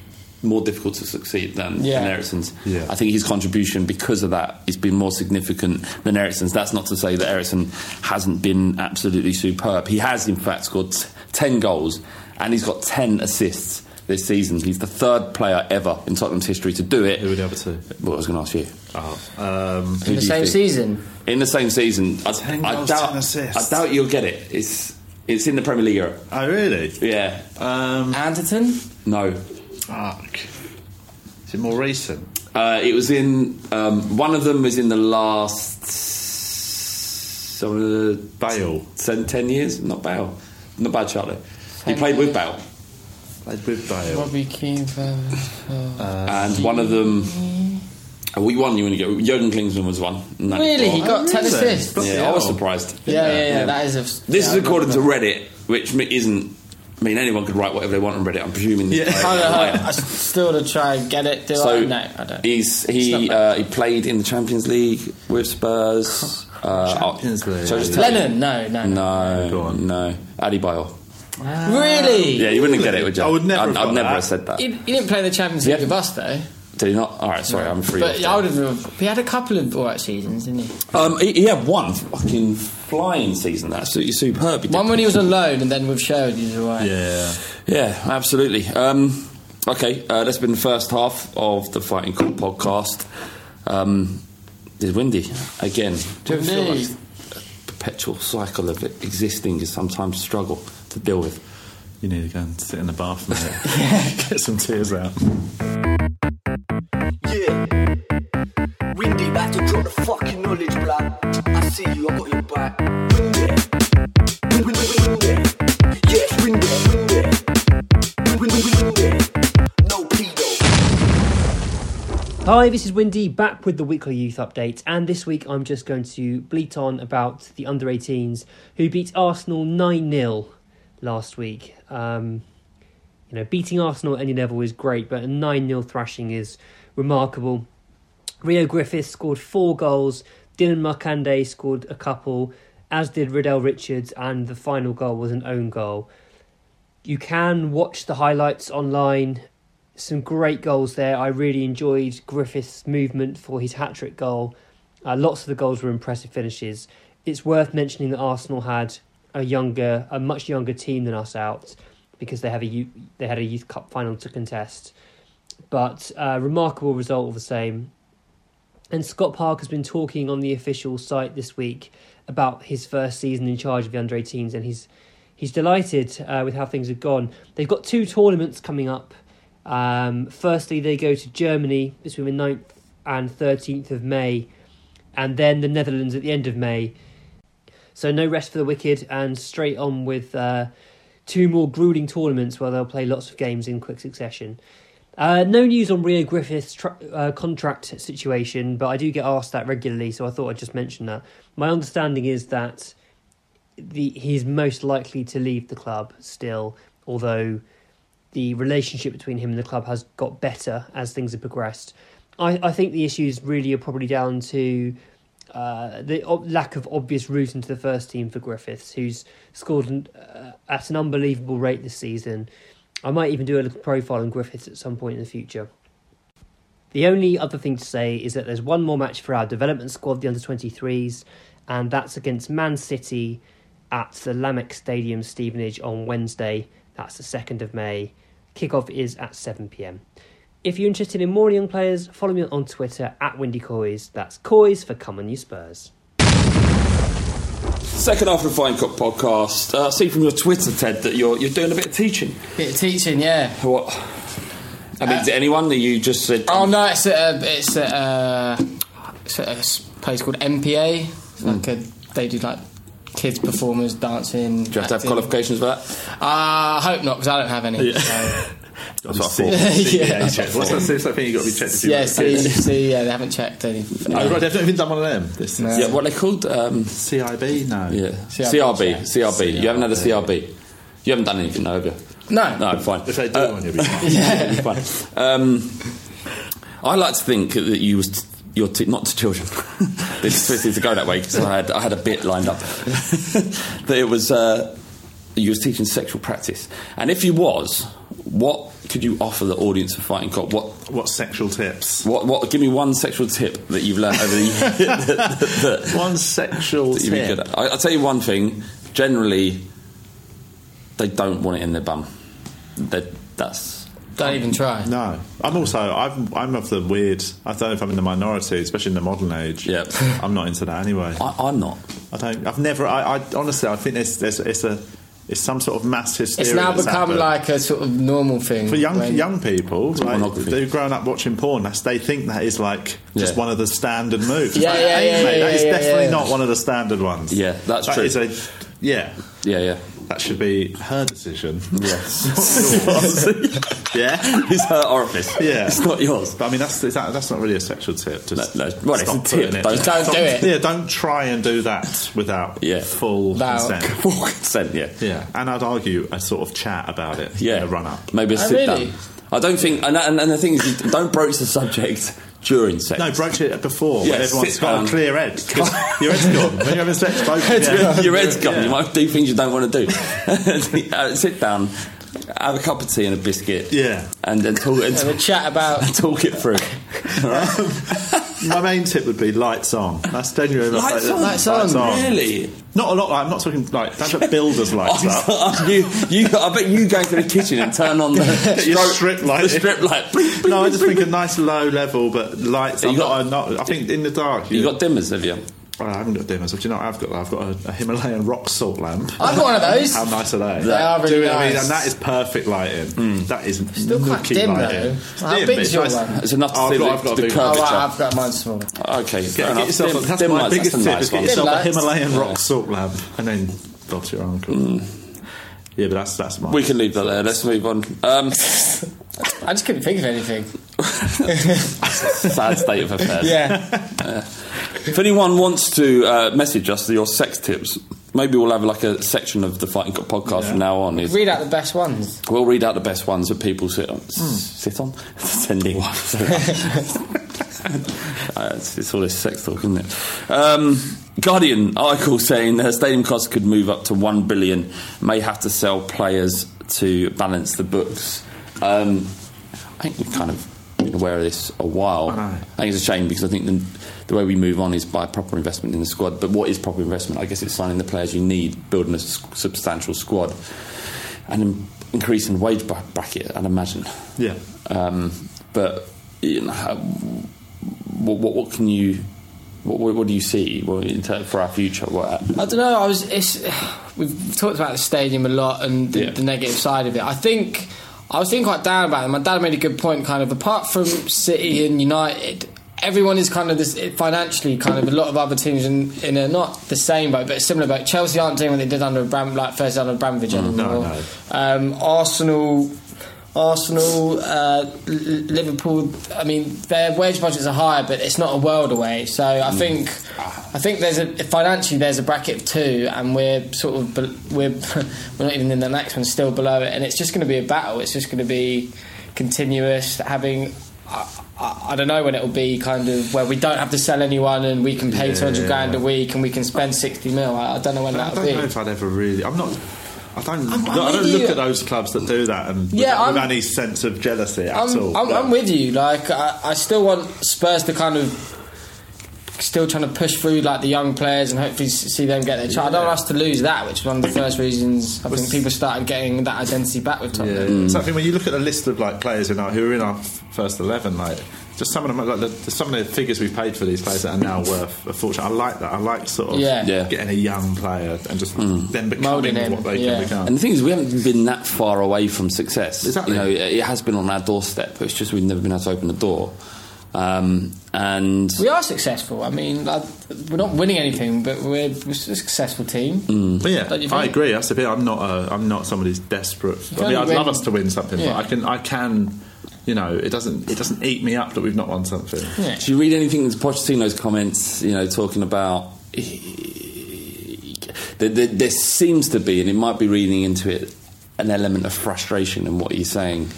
more difficult to succeed than,
Yeah.
than Ericsson's. I think his contribution because of that has been more significant than Ericsson's. That's not to say that Ericsson hasn't been absolutely superb. He has, in fact, scored t- 10 goals and he's got 10 assists this season. He's the third player ever in Tottenham's history to do it. Who
were the other two?
Well, I was going to ask you.
um,
Who do you think?
season.
In the same season. I, I
goals,
doubt,
10 assists.
I doubt you'll get it. It's, it's in the Premier League Europe.
Oh really?
Yeah.
Um,
Anderton.
No.
Fuck. Is it more recent?
Uh, it was in um, one of them was in the last some of the
Bale
ten, ten years. Not Bale, not bad Charlie. He played with Bale,
played with Bale. Uh,
Robbie Keane. Vertonghen.
and one of them. Oh, we won. You want to go? Jurgen Klinsmann was one. in 94.
Really? He
Oh,
got 10 Really? assists?
Yeah, I was surprised.
Yeah, yeah, yeah, that is
This
a- yeah,
is
I
according to
remember.
Reddit, which mi- isn't. I mean, anyone could write whatever they want on Reddit. I'm presuming. this guy-
I, don't know, I s- still to try and get it. Do
So
I? No, I don't.
He's he uh, he played in the Champions League with Spurs. Uh, Champions League. So just tell you-
Lennon? No, no.
No, no. Adebayo.
Ah.
Really?
Yeah, you wouldn't get it, would you? I would never. I'd,
have
I'd
got
never
that.
have said that.
He, he didn't play in the Champions League with us though.
Did he not? All right, sorry, I'm free.
But I would have. He had a couple of alright seasons, didn't he?
Um, he, he had one fucking flying season. Absolutely superb. He did.
One when he was on loan, and then with Sherwood, he was alright.
Yeah.
Yeah, absolutely. Um, okay, uh, that's been the first half of the Fighting Cock podcast. Um, it's windy again. Do you ever feel like
Indeed.
a perpetual cycle of it existing is sometimes a struggle to deal with?
You need to go and sit in the bath for a minute. Get some tears out.
Windy, back to drop the fucking knowledge, blood. I see you, I got your back. Windy, Win- win- win- windy, yes, windy, windy, Win- win- win- windy. No pedo.
Hi, this is Windy, back with the weekly youth update, and this week I'm just going to bleat on about the under 18s who beat Arsenal 9 0 last week. Um, you know, beating Arsenal at any level is great, but a 9 0 thrashing is remarkable. Rio Griffith scored four goals, Dylan Markande scored a couple, as did Riddell Richards, and the final goal was an own goal. You can watch the highlights online. Some great goals there. I really enjoyed Griffith's movement for his hat trick goal. Uh, lots of the goals were impressive finishes. It's worth mentioning that Arsenal had a younger, a much younger team than us out because they have a youth, they had a youth cup final to contest. But uh, remarkable result all the same. And Scott Park has been talking on the official site this week about his first season in charge of the under 18s, and he's he's delighted uh, with how things have gone. They've got two tournaments coming up. Um, firstly, they go to Germany between the 9th and 13th of May, and then the Netherlands at the end of May. So no rest for the wicked, and straight on with uh, two more grueling tournaments where they'll play lots of games in quick succession. Uh, no news on Rio Griffith's tr uh, contract situation, but I do get asked that regularly, so I thought I'd just mention that. My understanding is that the he's most likely to leave the club still, although the relationship between him and the club has got better as things have progressed. I, I think the issues really are probably down to uh, the ob- lack of obvious route into the first team for Griffiths, who's scored an, uh, at an unbelievable rate this season. I might even do a little profile on Griffiths at some point in the future. The only other thing to say is that there's one more match for our development squad, the under 23s, and that's against Man City at the Lamek Stadium, Stevenage, on Wednesday. That's the 2nd of May. Kickoff is at 7 pm. If you're interested in more young players, follow me on Twitter at Windy Coys. That's Coys for Come On You Spurs.
Second half of the Fine Cock podcast. Uh, I see from your Twitter, Ted, that you're you're doing a bit of teaching.
Bit of teaching, yeah.
What? I mean, to anyone that you just said.
Oh no, it's at a, it's at a, it's at a s- place called MPA. It's like a, they do like kids performers dancing. Do you
have to have qualifications for that?
Uh, I hope not because I don't have any.
Yeah.
so. That's what I thought.
Yeah.
checked. What's that CSA thing you got to be checked if you
Yeah,
were a kid?
see, see, yeah, they haven't checked anything.
Oh, right, they've not even done one of them. This
No.
is-
Yeah,
what are they called? Um,
CIB? No.
Yeah.
CRB.
CRB. CRB. You haven't had a CRB. You haven't done anything, though, have you?
No.
No, fine. If
they do one, you'll be fine.
yeah, you'll be fine. Um, I like to think that you was. T- your t- not to children. it's twisted to go that way because I had, I had a bit lined up. that it was uh, you was teaching sexual practice, and if you was, what could you offer the audience of Fighting Cop? What
what sexual tips?
What what? Give me one sexual tip that you've learned over the years.
one sexual
that you'd be
tip.
good at. I, I'll tell you one thing. Generally, they don't want it in their bum. They, that's
Don't even try.
No, I'm also I'm I'm of the weird. I don't know if I'm in the minority, especially in the modern age. Yeah, I'm not into that anyway.
I, I'm not.
I don't. I've never. I, I honestly, I think there's, there's it's a it's some sort of mass hysteria.
It's now
that's
become
happened.
like a sort of normal thing
for young
when-
young people. Like,
pornography.
they've grown up watching porn. That's, they think that is like just
Yeah.
one of the standard moves.
Yeah,
Like,
yeah,
hey,
yeah,
mate,
yeah,
that is
yeah,
definitely
yeah.
not one of the standard ones.
Yeah, that's
That
true.
is a- yeah,
yeah, yeah.
That should be her decision.
Yes.
yeah,
it's her orifice.
Yeah,
It's not yours.
But I mean, that's is that, that's not really a sexual tip. Just
No, no. Well, it's
stop
a tip.
putting it-
Don't- Just don't
stop-
do it.
Yeah, don't try and do that without full
Without
consent.
Full consent. Yeah,
yeah. And I'd argue a sort of chat about it.
Yeah.
in a run up.
Maybe a sit down. I don't think. And, and, and the thing is, you don't broach the subject during sex.
No, broach it before
Yeah,
when everyone's
sit
got
down.
a clear head. 'Cause Your head's gone. When you're having sex, both
Head's
yeah.
gone- Your head's gone.
Yeah.
You might do things you don't want to do. Uh, Sit down, have a cup of tea and a biscuit.
Yeah.
and then talk and
Have a
chat about
talk it through.
Um, My main tip would be lights
Oh,
on. That's genuinely my
Lights
favourite.
on? Lights on, really?
Not a lot. Like, I'm not talking like don't put builders lights up.
you, you, I bet you go to the kitchen and turn on the
Get your
strobe-
strip light.
The strip light.
no, I just think a nice low level, but lights. I'm not, I'm not, I think in the dark. You, Oh,
got dimmers, have you?
I haven't got dimmers. But do you know what I've got? I've got a, a Himalayan rock salt lamp.
I've got one of those.
How nice are they?
They are really
Do you know what I mean,
nice.
and that is perfect lighting.
Hmm.
That is
Still quite
nookie
dim,
lighting.
though.
It's
How
dim,
big's
but it's
your
nice.
one?
It's enough to see the- the
Oh,
curvature.
right, I've got mine smaller.
Okay,
Get,
fair
get
enough.
yourself,
Dim-
that's
dim
my
lights,
biggest
that's a
tip
nice
is get
one.
yourself
Dim
a
lights.
Himalayan
Yeah.
rock salt lamp and then Bob's your uncle.
Mm.
Yeah, but that's that's mine.
We can leave that there. Let's move on. Um,
I just couldn't think of anything.
sad state of affairs.
Yeah.
Uh, if anyone wants to uh, message us your sex tips, maybe we'll have like a section of the Fighting Cock podcast from now on. Is
Read out the best ones. Hmm.
we'll read out the best ones that people sit on. s- Sit on? Sending one. Uh, it's, it's all this sex talk, isn't it? Um, Guardian article saying uh, stadium costs could move up to one billion. May have to sell players to balance the books. Um, I think we've kind of been aware of this a while.
I know.
I think it's a shame because I think the, the way we move on is by proper investment in the squad. But what is proper investment? I guess it's signing the players you need, building a s- substantial squad, and in- increasing wage bra- bracket. I'd imagine.
Yeah.
Um, but you know, how- what, what, what can you? What, what, what do you see well, in ter- for our future? What,
I don't know. I was. It's, we've talked about the stadium a lot and the,
Yeah.
the negative side of it. I think I was thinking quite down about it. My dad made a good point. Kind of apart from City and United, everyone is kind of this financially. Kind of a lot of other teams in, in a not the same boat, but a similar boat. Chelsea aren't doing what they did under Bram, like first under Abramovich anymore.
Mm, no.
Um, Arsenal. Arsenal, uh, L- Liverpool. I mean, their wage budgets are higher, but it's not a world away. So I
Mm.
think, I think there's a financially there's a bracket of two, and we're sort of bel- we're we're not even in the next one, still below it, and it's just going to be a battle. It's just going to be continuous having. I, I, I don't know when it will be kind of where we don't have to sell anyone, and we can pay
Yeah.
two hundred grand a week, and we can spend sixty mil. I, I don't know when
I
that will
don't
be.
know if I'd ever really. I'm not. I don't.
I'm- I'm
I don't
with
look
you.
at those clubs that do that and
Yeah,
without- with,
I'm-
any sense of jealousy at
I'm,
all.
I'm,
But-
I'm with you. Like, I, I still want Spurs to kind of still trying to push through like the young players and hopefully s- see them get their chance. I don't want us to lose that, which is one of the first reasons I think people started getting that identity back with
yeah.
Tottenham.
So I think when you look at the list of like players in our, who are in our f- first eleven, like just some of them, like the, the- some of the figures we paid for these players that are now worth a fortune. I like that. I like sort of
Yeah. Yeah.
getting a young player and just
Hmm.
them becoming
Moulding him,
what they
yeah.
can become.
And the thing is, we haven't been that far away from success.
Exactly.
You know, it it has been on our doorstep, but it's just we've never been able to open the door.
Um, and
We are successful. I mean, like, we're not winning anything, but we're, we're a successful team.
But
Don't you
yeah,
think?
I agree. That's the bit. I'm not. A, I'm not somebody who's desperate.
You
I mean,
can
I'd
win.
love us to win something,
Yeah.
but I can. I can. You know, it doesn't. It doesn't eat me up that we've not won something.
Do you read anything that's Pochettino's comments? You know, talking about there, there, there seems to be, and it might be reading into it, an element of frustration in what he's saying.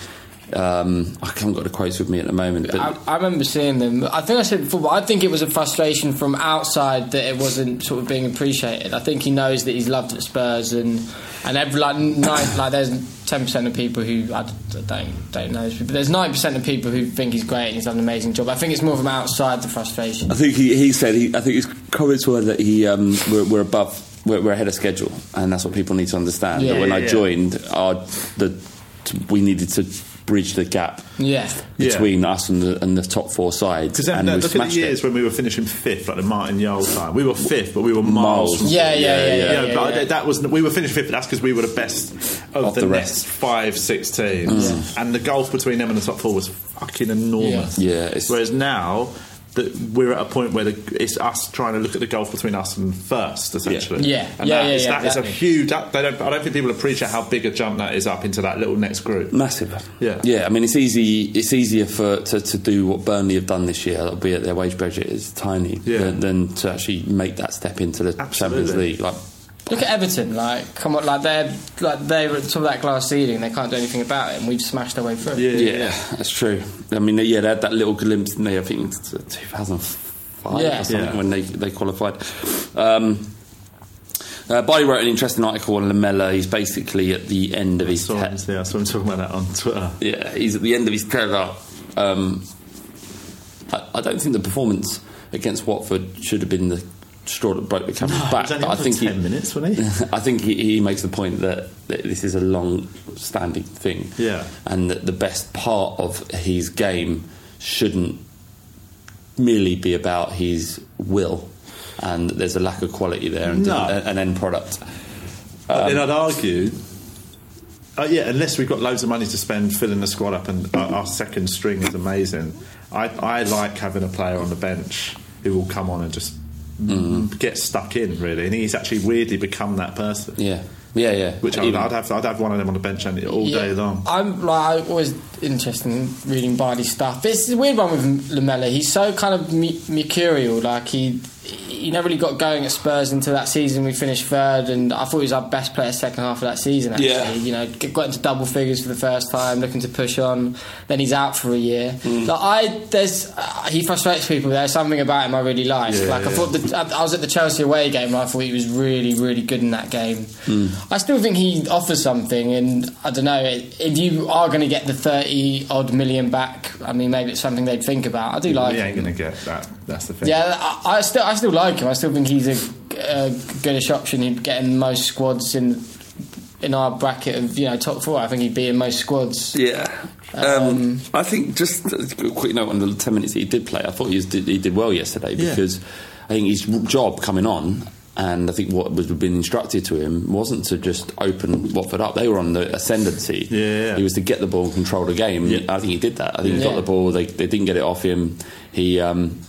Um, I haven't got the quotes with me at the moment, but
I, I remember seeing them. I think I said before, but I think it was a frustration from outside that it wasn't sort of being appreciated. I think he knows that he's loved at Spurs, and and every like nine, like there's ten percent of people who I d- don't don't know, but there's nine percent of people who think he's great and he's done an amazing job. I think it's more from outside the frustration.
I think he, he said he, I think his comments were that he um, we're, we're above we're, we're ahead of schedule, and that's what people need to understand.
Yeah,
that when
yeah,
I
yeah.
joined, our the t- we needed to bridge the gap
Yeah.
between us and the, and the top four sides,
Because then
and we
no, look at the
smashed it.
years when we were finishing fifth, like the Martin Yole time. We were fifth, but we were miles.
Miles.
from-
Yeah, yeah, yeah, yeah,
You know,
yeah,
but
yeah.
I- That was we were finishing fifth, but that's because we were the best of,
Of
the,
the
next five, six teams, and the gulf between them and the top four was fucking enormous.
Yeah. Yeah, it's-
Whereas now. That we're at a point where the, it's us trying to look at the gulf between us and first, essentially.
Yeah.
and
Yeah,
that
yeah,
is-
yeah,
that is a
exactly.
huge. That, they don't, I don't think people appreciate how big a jump that is up into that little next group.
Massive.
Yeah.
Yeah, I mean, it's easy. It's easier for uh, to, to do what Burnley have done this year, albeit their wage budget is tiny, than, than to actually make that step into the Champions League. Like,
Look at Everton, like come on, like they're like they were at the top of that glass ceiling, they can't do anything about it, and we've smashed our way through.
that's true. I mean, yeah, they had that little glimpse. didn't They, I think, it's, uh, 2005
Yeah.
or something
Yeah.
when they they qualified. Um, uh, Barty wrote an interesting article on Lamella. He's basically at the end of his. tether.
yeah, so I'm talking about that on Twitter.
Yeah, he's at the end of his tether. Um, I, I don't think the performance against Watford should have been the straw that broke the camel's back.
only
but I
for
think
10
he,
minutes, wasn't he?
I think he, he makes the point that, that this is a long-standing thing,
Yeah.
and that the best part of his game shouldn't merely be about his will, and that there's a lack of quality there and
No.
a- an end product.
But then
Um,
I'd argue, uh, yeah, unless we've got loads of money to spend filling the squad up and uh, our, our second string is amazing, I, I like having a player on the bench who will come on and just
Mm-hmm.
get stuck in, really. And he's actually weirdly become that person.
Yeah. Yeah, yeah.
Which I'd,
Even-
I'd, have, I'd have one of them on the bench and all
Yeah.
day long.
I'm like I always interested in reading Bardi stuff. This is a weird one with Lamella. He's so kind of me- mercurial. Like he, he never really got going at Spurs until that season we finished third, and I thought he was our best player second half of that season. Actually,
Yeah.
you know, g- got into double figures for the first time, looking to push on. Then he's out for a year. Like I, there's uh, he frustrates people. There's something about him I really like.
Yeah,
like I
yeah.
thought the, I, I was at the Chelsea away game, and I thought he was really, really good in that game. I still think he offers something, and I don't know if you are going to get the thirty odd million back. I mean, maybe it's something they'd think about. I do like.
We ain't
him.
going to get that. That's the thing.
Yeah, I, I still I still like him. I still think he's a, a goodish option. He'd get in most squads in in our bracket of you know top four. I think he'd be in most squads.
Yeah. Um, I think just a quick note on the 10 minutes that he did play. I thought he, was, did, he did well yesterday
Yeah.
because I think his job coming on, and I think what was been instructed to him wasn't to just open Watford up. They were on the ascendancy. Yeah. He was to get the ball and control the game. I think he did that. I think he
Yeah.
got the ball. They, they didn't get it off him. He. Um,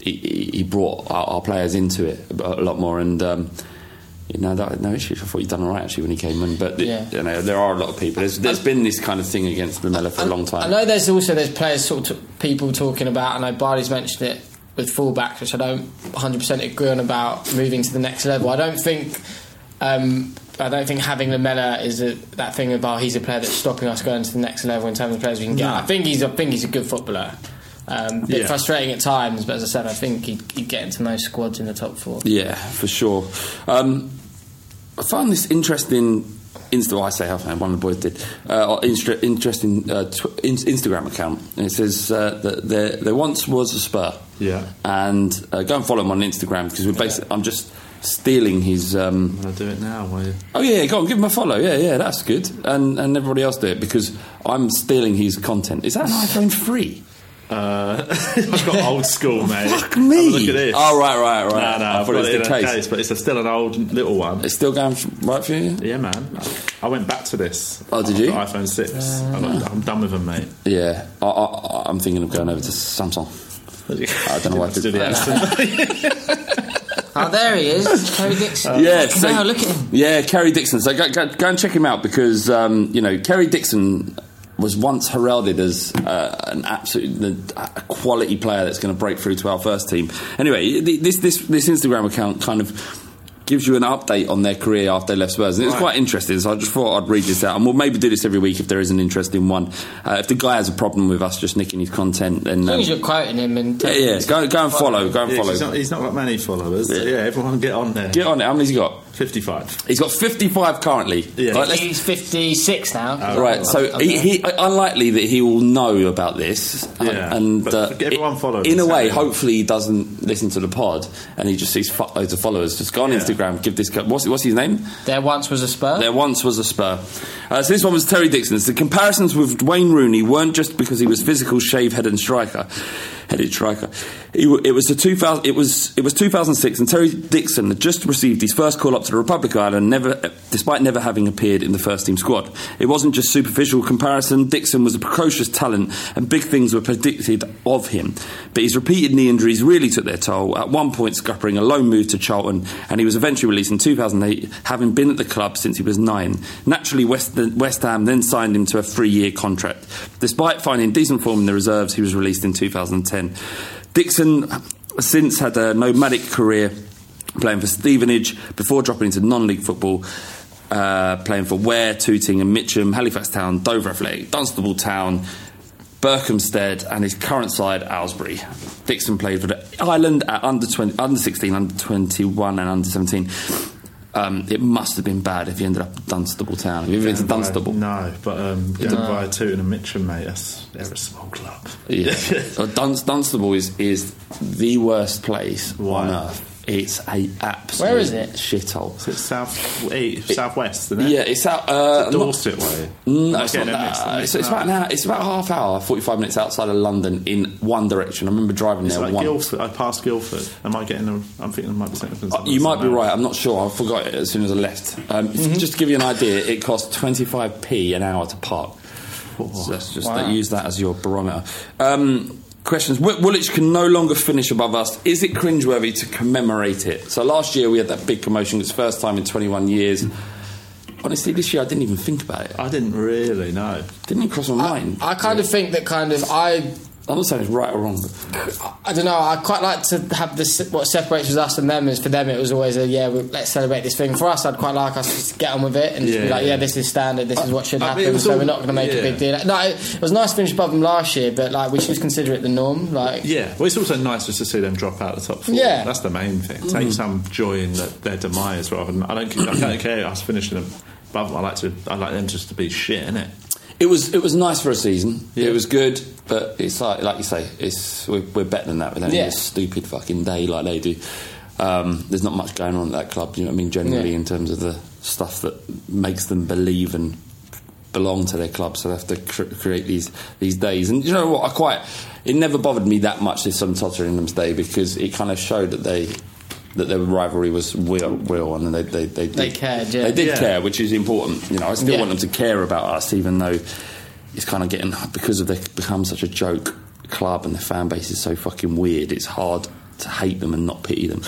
he, he- he brought our, our players into it a a lot more, and um, you know, that, no issues. I thought he'd done all right actually when he came in, but the-
Yeah.
you know, there are a lot of people. There's, there's been this kind of thing against Lamella for a long
I
time.
know there's also there's players sort of t- people talking about. I know Barley's mentioned it with fullbacks, which I don't 100 percent agree on about moving to the next level. I don't think. Um, I don't think having Lamella is a, that thing about he's a player that's stopping us going to the next level in terms of players we can get.
No.
I think he's I think he's a good footballer. Um, bit
Yeah.
frustrating at times, but as I said, I think he'd, he'd get into most squads in the top four.
Yeah, for sure. Um, I found this interesting. Insta- well, I say half man, one of the boys did. Uh, instra- interesting uh, tw- in- Instagram account. And it says uh, that there, there once was a Spur.
Yeah.
And uh, go and follow him on Instagram because we're basically, I'm just stealing his. Um,
I'll do it now. Will you?
Oh yeah, go on, give him a follow. Yeah, yeah, that's good. And and everybody else do it because I'm stealing his content. Is that an iPhone three?
Uh, I've got old school, mate. Fuck
me.
look at this.
Oh, right, right, right.
No, no,
I
I've
thought it
got
was
it in
the
a
case.
case, but it's a, still an old little one.
It's still going right for you?
Yeah, man. I went back to this.
Oh, did you? Uh,
I've got iPhone 6. I'm, like, I'm done with them, mate.
Yeah, I, I, I'm thinking of going over to Samsung. I don't know why I did that.
Oh, there he is, Terry Dixon.
yeah, so-
now look at him.
Yeah, Uh, Kerry Dixon. So go, go, go and check him out because um, you know Kerry Dixon was once heralded as uh, an absolute a quality player that's going to break through to our first team. Anyway, th- this this this Instagram account kind of. Gives you an update on their career after they left Spurs, and it's
Right.
quite interesting. So I just thought I'd read this out, and we'll maybe do this every week if there is an interesting one. Uh, if the guy has a problem with us just nicking his content, then
As long
um,
as you're quoting him and
yeah, yeah, go go and follow, go and
Yeah, 'cause
follow.
He's not, he's not got many followers. Yeah. everyone get on there.
Get on it. oh, How many's he got?
55.
He's got 55 currently. Right, let's-
he's 56
Uh,
now.
right, so he, he, Uh, unlikely that he will know about this. and-
Yeah,
and
but
uh,
everyone follows
In a
us,
way,
haven't they?
hopefully, he doesn't listen to the pod and he just sees fuckloads of followers. Just go on Instagram, give this. guy- What's, what's his name?
There once was a Spur.
There once was a Spur. Uh, so this one was Terry Dixon's. The comparisons with Wayne Rooney weren't just because he was physical, shave-headed and striker, headed striker. He w- it was the 2000. It was it was 2006, and Terry Dixon had just received his first call up to the Republic of Ireland, never despite never having appeared in the first team squad. It wasn't just superficial comparison. Dixon was a precocious talent, and big things were predicted of him. But his repeated knee injuries really took their toll. At one point, scuppering a loan move to Charlton, and he was eventually released in 2008, having been at the club since he was nine. Naturally, West, West Ham then signed him to a three-year contract. Despite finding decent form in the reserves, he was released in 2010. Dixon since had a nomadic career playing for Stevenage before dropping into non-league football. Uh, playing for Ware, Tooting and Mitcham, Halifax Town, Dover Athletic, Dunstable Town, Berkhamsted, and his current side Owlsbury. Dixon played for the Ireland at under 20, under 16, under 21, and under 17. Um, it must have been bad if he ended up at Dunstable Town. Have you ever been to
Down by-
Dunstable?
No, but um,
Yeah.
down by two and a Mitcham, mate. That's, they're a small club.
Yeah. Uh, Dunst- Dunstable is, is the worst place on earth. It's a absolute
Where is it?
shithole.
It's south, eight, southwest, isn't it?
Yeah, it's out. Uh,
It's
not-
Dorset way.
No,
I'm
it's not
getting it
that.
mixed up.
Uh, It's, it's about an hour, it's about half hour, forty five minutes outside of London in one direction. I remember driving
It's
there
like
once.
Guildford. I passed Guildford. Am I getting? A, I'm thinking I might be something.
Uh, You might be right. I'm not sure. I forgot it as soon as I left. Um, if-
Mm-hmm.
Just to give you an idea, it costs 25p an hour to park. So that's just
Wow.
use that as your barometer. Um, questions: Wh- Woolwich can no longer finish above us. Is it cringeworthy to commemorate it? So last year we had that big commotion. It's the first time in 21 years. Honestly, this year I didn't even think about it.
I didn't really know.
Didn't even cross my mind.
I kind of think that kind of I
I'm not saying it's right or wrong. But
I don't know. I quite like to have this. What separates us and them is for them. It was always a yeah. We, let's celebrate this thing. For us, I'd quite like us to get on with it and just be
Yeah,
like, yeah,
yeah.
this is standard. This is what should
I mean, it
happen.
was
so
all-
we're not going to make
yeah.
a big deal. No, it, it was nice to finish above them last year, but like we should consider it the norm. Like
Yeah, well, it's also nice just to see them drop out the top four.
Yeah. Mm.
that's the main thing. Take some joy in the, their demise rather than I don't. I don't care. Us finishing above. them. I like to. I like them just to be shit, innit?
It was it was nice for a season. It was good, but it's like like you say, it's we're, we're better than that. We don't need
Yeah.
a stupid fucking day like they do. Um, there's not much going on at that club. You know what I mean? Generally,
Yeah.
in terms of the stuff that makes them believe and belong to their club, so they have to cr- create these these days. And you know what? I quite it never bothered me that much this Sun Tottenham's day because it kind of showed that they. That their rivalry was real, real and they they they, did,
They cared, yeah.
They did
Yeah.
care, which is important. You know, I still
Yeah.
want them to care about us, even though it's kind of getting because of they become such a joke club and their fan base is so fucking weird. It's hard to hate them and not pity them.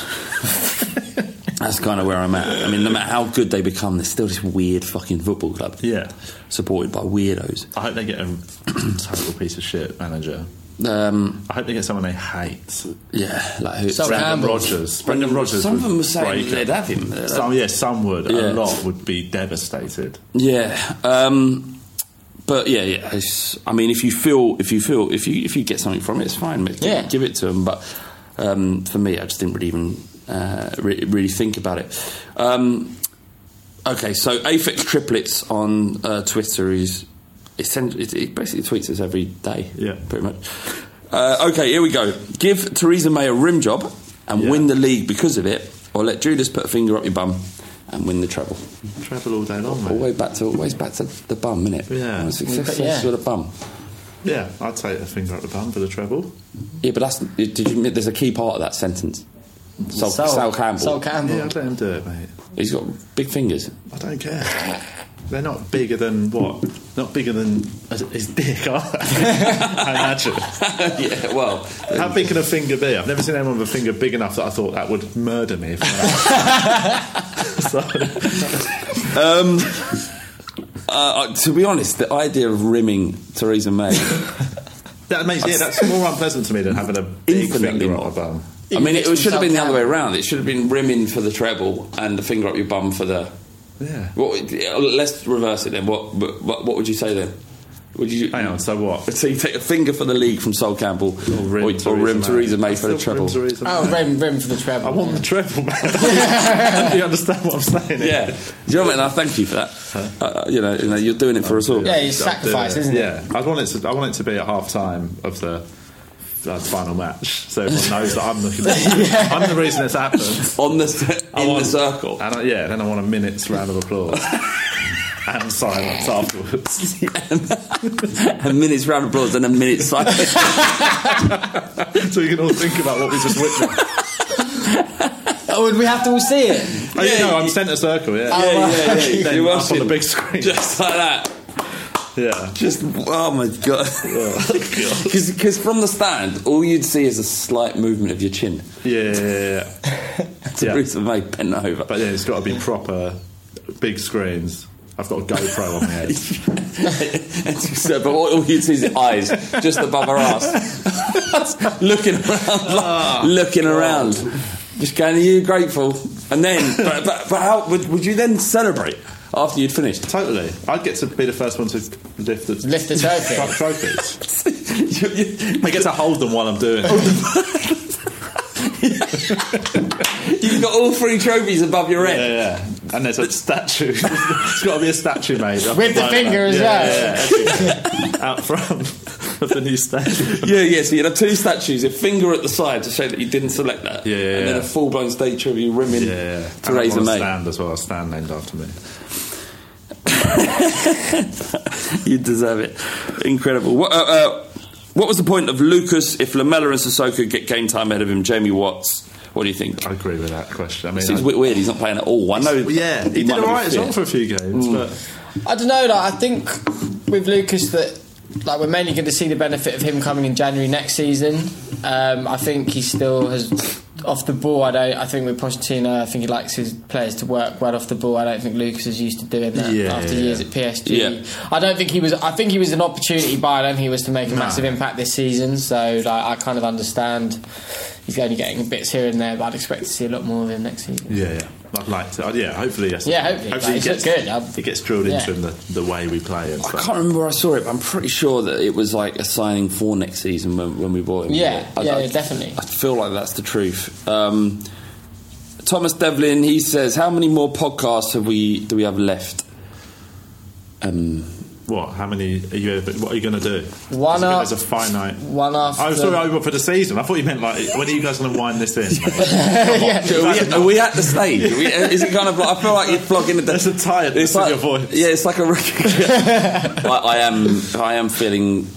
That's kind of where I'm at. I mean, no matter how good they become, they're still this weird fucking football club.
Yeah.
supported by weirdos.
I hope they get a total piece of shit manager.
Um,
I hope they get someone they hate.
Yeah, like who?
Brendan Rodgers. Brendan Rodgers.
Some of
would
them were saying
break
they'd
it.
have him. They'd
Some,
have-
yeah, some would.
Yeah.
A lot would be devastated.
Yeah. Um, but yeah, yeah. It's, I mean, if you feel, if you feel, if you if you get something from it, it's fine. Mate. Give,
Yeah.
give it to them. But um, for me, I just didn't really even uh, re- really think about it. Um, okay, so Aphex Triplets on uh, Twitter is essentially it, it basically tweets us every day. Yeah, pretty much. Uh, okay, here we go. Give Theresa May a rim job and win the league because of it, or let Judas put a finger up your bum and win the treble.
Travel all day long, mate.
Always back to always back to the bum, innit?
Yeah.
Success
Yeah.
with the bum.
Yeah, I'd take a finger up the bum for the treble.
Yeah, but that's did you? There's a key part of that sentence. Sol, Sol, Campbell.
Yeah, I'd let him do it, mate.
He's got big fingers.
I don't care. They're not bigger than Uh, what? Not bigger than his dick, are they? I imagine.
yeah, well.
How big can a finger be? I've never seen anyone with a finger big enough that I thought that would murder me. If
Um, uh, to be honest, the idea of rimming Theresa May.
that makes, yeah, that's more unpleasant to me than having a big
Infinitely
finger up the bum.
I mean, it, should have been the other way around. It should have been rimming for the treble and the finger up your bum for the.
Yeah.
What, let's reverse it then. What, what what would you say then? Would you hang
on? So what?
So you take a finger for the league from Sol Campbell, or rim, or,
Theresa
rim
May.
Theresa May for the
Still
treble.
rim Theresa May.
Oh, rim, rim for the treble.
I want the treble, man. Do you understand what I'm saying? here?
Yeah, do you know what I mean? I thank you for that. Uh, you, know, you know, you're doing it for us all.
Yeah, I want it to. I want it to be at half time of the. uh, final match, so everyone knows that I'm looking. At I'm the reason it's happened
on the
in
the circle.
And I, yeah, then I want a minute's round of applause and silence afterwards.
a minute's round of applause and a minute's silence.
so you can all think about what we just witnessed.
Oh, would we have to all see it?
Oh, yeah, no, I'm centre circle. Yeah,
Oh, Yeah, wow. yeah, yeah.
Then
You're
up on the
watching.
big screen,
just like that.
Yeah, Oh,
just oh my god. Because from the stand, all you'd see is a slight movement of your chin.
Yeah, yeah, yeah.
Theresa May bent over.
But yeah, it's got to be proper big screens. I've got a GoPro on my head.
so, but all, all you'd see is the eyes just above her ass, looking around,
Ah,
like, looking around, just going, "Are you grateful?" And then, but, but, but how would, would you then celebrate after you'd finished?
Totally, I'd get to be the first one to lift the
lift the trophy.
trophies. I get to hold them while I'm doing it.
You've got all three trophies above your head.
Yeah, yeah. And there's a statue. it's got to be a statue made up
With the
like
finger
that.
as
Yeah, yeah, yeah. Out front of the new statue.
Yeah, yeah. So you'd have two statues, a finger at the side to show that you didn't select that. Yeah,
yeah,
And then
yeah.
a full blown statue of you rimming
Yeah, and I
Theresa
want a
May.
stand as well. A stand named after me.
you deserve it. Incredible. What, uh, uh, what was the point of Lucas if Lamella and Sissoko get game time ahead of him? Jamie Watts. What do you think?
I agree with that question. I mean,
It's Seems
I-
weird. He's not playing at all. I know.
yeah, he did
might
all
not be
right as
fit.
well for a few games, but
I don't know. Like, I think with Lucas that like we're mainly going to see the benefit of him coming in January next season. Um, I think he still has off the ball. I don't. I think with Pochettino, I think he likes his players to work well off the ball. I don't think Lucas is used to doing that
Yeah.
after years at PSG.
Yeah.
I don't think he was. I think he was an opportunity buy. I don't think he was to make a massive impact this season. So like, I kind of understand. He's only getting bits here and there, but I'd expect to see a lot more of him next season.
yeah, yeah. I'd like to. I'd- Yeah, hopefully, yes.
Yeah, hopefully. Like,
he
it's
gets
good. I'm-
He gets drilled into
Yeah.
him the, the way we play and
I
stuff.
can't remember where I saw it, but I'm pretty sure that it was like a signing for next season when, when we bought him.
Yeah,
I-
yeah,
I-
yeah, definitely.
I feel like that's the truth. Um, Thomas Devlin, he says, "How many more podcasts have we do we have left?" Um,
What? How many are you? ever- What are you going to do?
One
There's a-
up-
There's a finite. Oh,
One after.
I was talking over for the season. I thought you meant like when are you guys going to wind this in?
are, we, are we at the stage? Are we, is it kind of like I feel like you're flogging the
There's a tiredness
It's like-
in your voice.
Yeah, it's like a record. I, I am I am feeling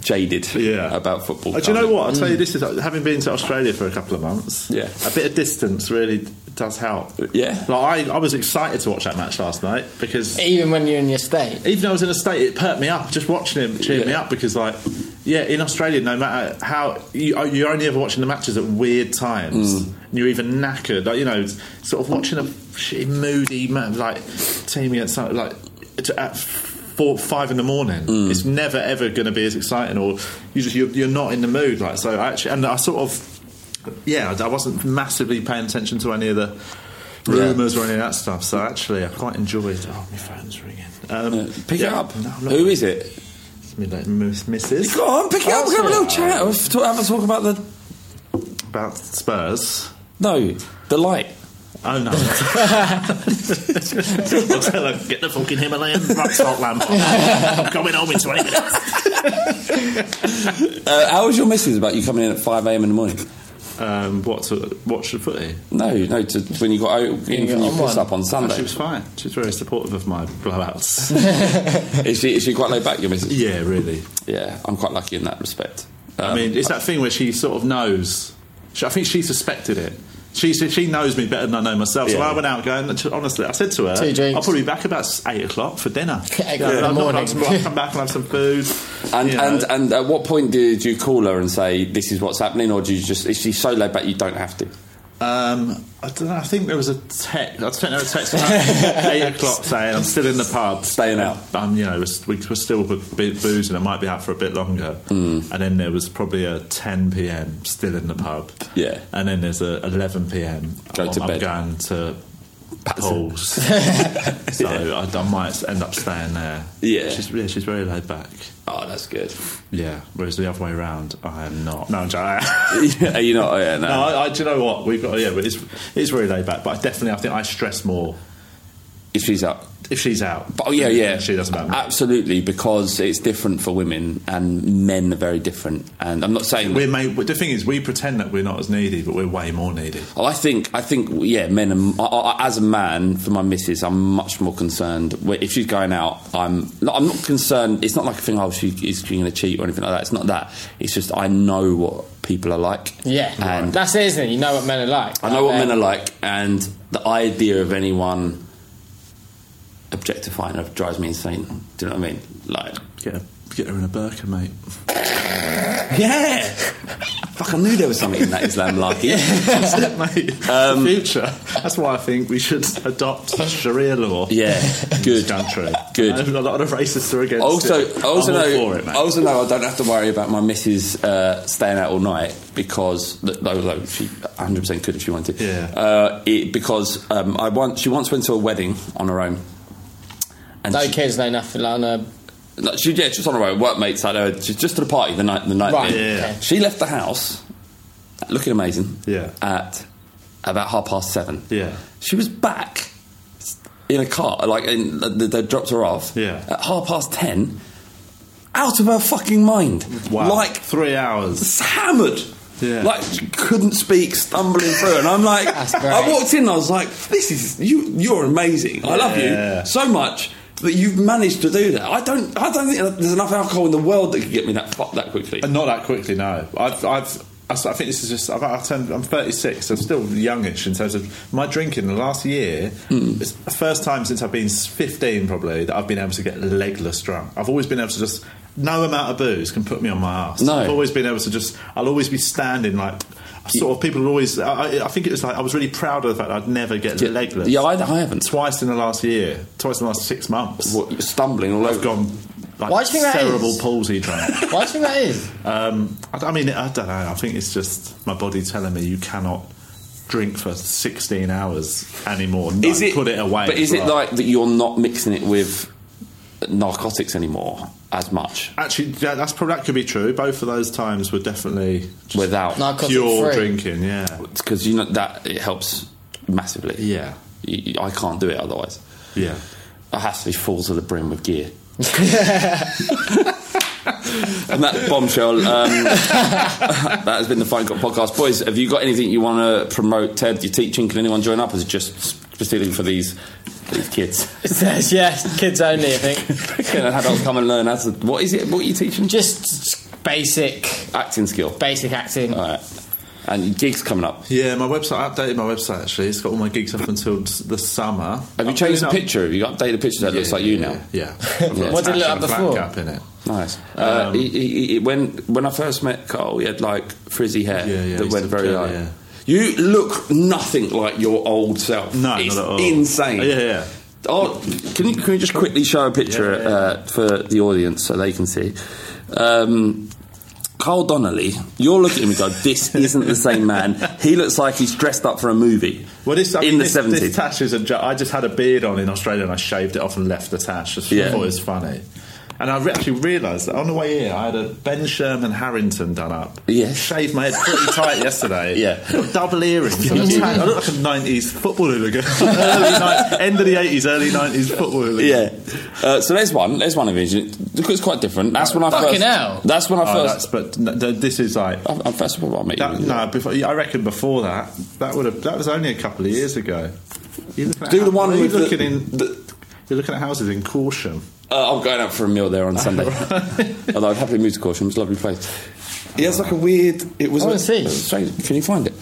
jaded
Yeah.
about football.
Uh, do you know what? I'll tell you this is having been to Australia for a couple of months,
Yeah.
a bit of distance really does help.
Yeah.
Like I, I was excited to watch that match last night because
Even when you're in your state.
even though I was in a state, it perked me up just watching him cheered me up because, like, yeah, in Australia, no matter how you, oh, you're only ever watching the matches at weird times, and you're even knackered, like you know, it's sort of watching a shitty, moody man like team against some- like to- at four, five in the morning. It's never ever going to be as exciting, or you just you're, you're not in the mood. Like, so I actually, and I sort of. Yeah, I wasn't massively paying attention to any of the rumours or any of that stuff. So actually, I quite enjoyed. Oh, my phone's ringing. Um,
Uh, Pick
yeah.
it up.
No, I'm not-
Who is it?
Me like miss- Oh, misses
Go on, pick it up. We have a little chat. We'll talk- Have a talk about the
about Spurs.
no the light.
Oh no! I'll tell her, get the fucking Himalayan rock salt lamp. I'm coming home in twenty minutes.
Uh, how was your missus about you coming in at five a.m. in the morning?
um, what to watch the footy.
No, no. To, when you got out, in from your piss up on Sunday.
And she was fine. She was very supportive of my blowouts.
is she is she quite laid back? Your missus?
Yeah, really.
Yeah, I'm quite lucky in that respect. Um,
I mean, it's that thing where she sort of knows. She, I think she suspected it. She she she knows me better than I know myself. So
Yeah.
I went out going. Honestly, I said to her,
Two drinks.
"I'll probably be back about s- eight o'clock for dinner.
Eight o'clock in the
I'll- I'll-
morning.
I'll, I'll come back and have some food."
And,
you know.
and and at what point did you call her and say this is what's happening, or do you just is she so laid back you don't have to?
Um, I don't know. I think there was a text. I sent her a text at eight o'clock saying I'm still in the pub,
staying out.
Um, you know, we're, we're still a bit boozing. I might be out for a bit longer.
Mm.
And then there was probably a 10 p.m. still in the pub.
Yeah.
And then there's a 11 p.m.
Go
I'm,
to
I'm
bed.
going to Paul's, so I, I might end up staying there.
Yeah.
She's yeah, she's very laid back.
Oh, that's good.
Yeah. Whereas the other way around, I am not. No, I'm joking.
Are you not? Yeah, no.
No, I, I, do you know what we've got? Yeah, but it's it's really laid back. But I definitely, I think I stress more
if she's out.
If she's out.
But, oh yeah,
than-
yeah.
than She does about me.
Absolutely, because it's different for women and men are very different. And I'm not saying
We're made, the thing is, we pretend that we're not as needy, but we're way more needy.
Oh, I think I think yeah, men. Are, I, I, as a man, for my missus, I'm much more concerned. wh- If she's going out, I'm um, not, I'm not concerned. It's not like a thing. Oh, she is going to cheat or anything like that. It's not that. It's just I know what people are like.
Um,
Yeah,
and
that's it, isn't it? You know what men are like.
I know what men are like, and the idea of anyone objectifying her drives me insane. Do you know what I mean? Like,
Get her, get her in a burqa, mate.
yeah. Fuck, I knew there was something in that Islam malarkey.
That's it, mate. Um, future. That's why I think we should adopt Sharia law.
Yeah,
good country.
Good.
I know a lot of racists are against
also,
it.
I also
I'm all
know,
for it, mate.
I also know I don't have to worry about my missus uh, staying out all night because th- though, though she 100 percent could if she wanted.
Yeah.
Uh, it, because um, I once she once went to a wedding on her own. And
no
she-
kids, no nothing. Like, no.
no, she, yeah, she was on her own. Workmates had her. She's just to the party the night. The night.
Right,
bit.
yeah.
She left the house, looking amazing.
Yeah.
At about half past seven.
Yeah.
She was back in a car. Like in, they, they dropped her off.
Yeah.
At half past ten, out of her fucking mind.
Wow.
Like
three hours.
hammered.
Yeah.
Like she couldn't speak, stumbling through, and I'm like, I walked in, I was like, "This is you. You're amazing. I love
Yeah.
you so much that you've managed to do that. I don't. I don't think there's enough alcohol in the world that could get me that fucked that quickly.
And Uh, not that quickly, no. I've, I've, I s- I think this is just. I've, I've turned, I'm 36. I'm still youngish in terms of my drinking. The last year,
Hmm.
it's the first time since I've been s- 15, probably, that I've been able to get legless drunk. I've always been able to just. No amount of booze can put me on my ass.
No.
I've always been able to just. I'll always be standing like. Sort of people are always. I, I- I think it was like I was really proud of the fact that I'd never get legless.
Yeah, I, I haven't.
Twice in the last year, twice in the last six months.
What, stumbling all
I've gone like
Why do you think that is?
cerebral palsy drunk.
Why do you think that is?
Um, I, I mean, I don't know. I think it's just my body telling me you cannot drink for 16 hours anymore. No,
Is it-
put it away.
But
as
is it
well.
like that you're not mixing it with narcotics anymore as much?
Actually, yeah, that's probably that could be true. Both of those times were definitely just
Without- Narcotic
pure
free.
drinking. Yeah,
Because you know that it helps massively.
Yeah.
You, you- I can't do it otherwise.
Yeah.
I have to be full to the brim with gear. and that bombshell. Um, that has been the Fight Got podcast. Boys, have you got anything you want to promote? Ted, your teaching? Can anyone join up? Or is it just specifically for these these kids?
It says, yeah, kids only. I think.
Can adults come and learn how to? What is it? What are you teaching?
Just basic
acting skill.
Basic acting.
All right. And gigs coming up.
Yeah, my website. I updated my website actually. It's got all my gigs up until s- the summer.
Have you changed the picture? Have you updated the picture that looks like you now?
Yeah.
Yeah.
What did it look like before?
Gap in it.
Nice. Uh, he, he, he, when when I first met Carl, he had like frizzy hair
Yeah, yeah,
that
he's
went
still
very
curly,
light.
yeah.
You look nothing like your old self.
No,
it's
not at all.
insane.
Yeah, yeah.
Oh, can you can you just quickly show a picture
Yeah, yeah, yeah.
Uh, for the audience so they can see? Um, Carl Donnelly, you're looking at me go, this isn't the same man. He looks like he's dressed up for a movie
Well, this, I
in
mean,
the
this,
70s.
This tash is a jo- I just had a beard on in Australia and I shaved it off and left the tash. Just
Yeah.
thought it was funny. And I actually realised that on the way here, I had a Ben Sherman Harrington done up. Yeah. Shaved my head pretty tight yesterday. Yeah. Got double earrings. and a tan. I look like a 90s football hooligan. early 90s, end of the 80s, early 90s football hooligan.
Yeah. Uh, so there's one. There's one of these. Look, it's quite different. That's when I
Fucking
first.
hell.
That's when I
Oh,
first.
but n- th- this is like.
I'm, I'm first of all, I met
That, no, before, yeah, I reckon before that, that would have that was only a couple of years ago. You're looking at
Do the
hou-
one
you're
with the-
looking in. you're looking at houses in Corsham.
Uh, I'm going out for a meal there on Sunday. Although I've happily moved to Corsham, it's a lovely place. He has like a weird. It was.
Oh,
I wanna
a-
see.
it was strange. Can you find it?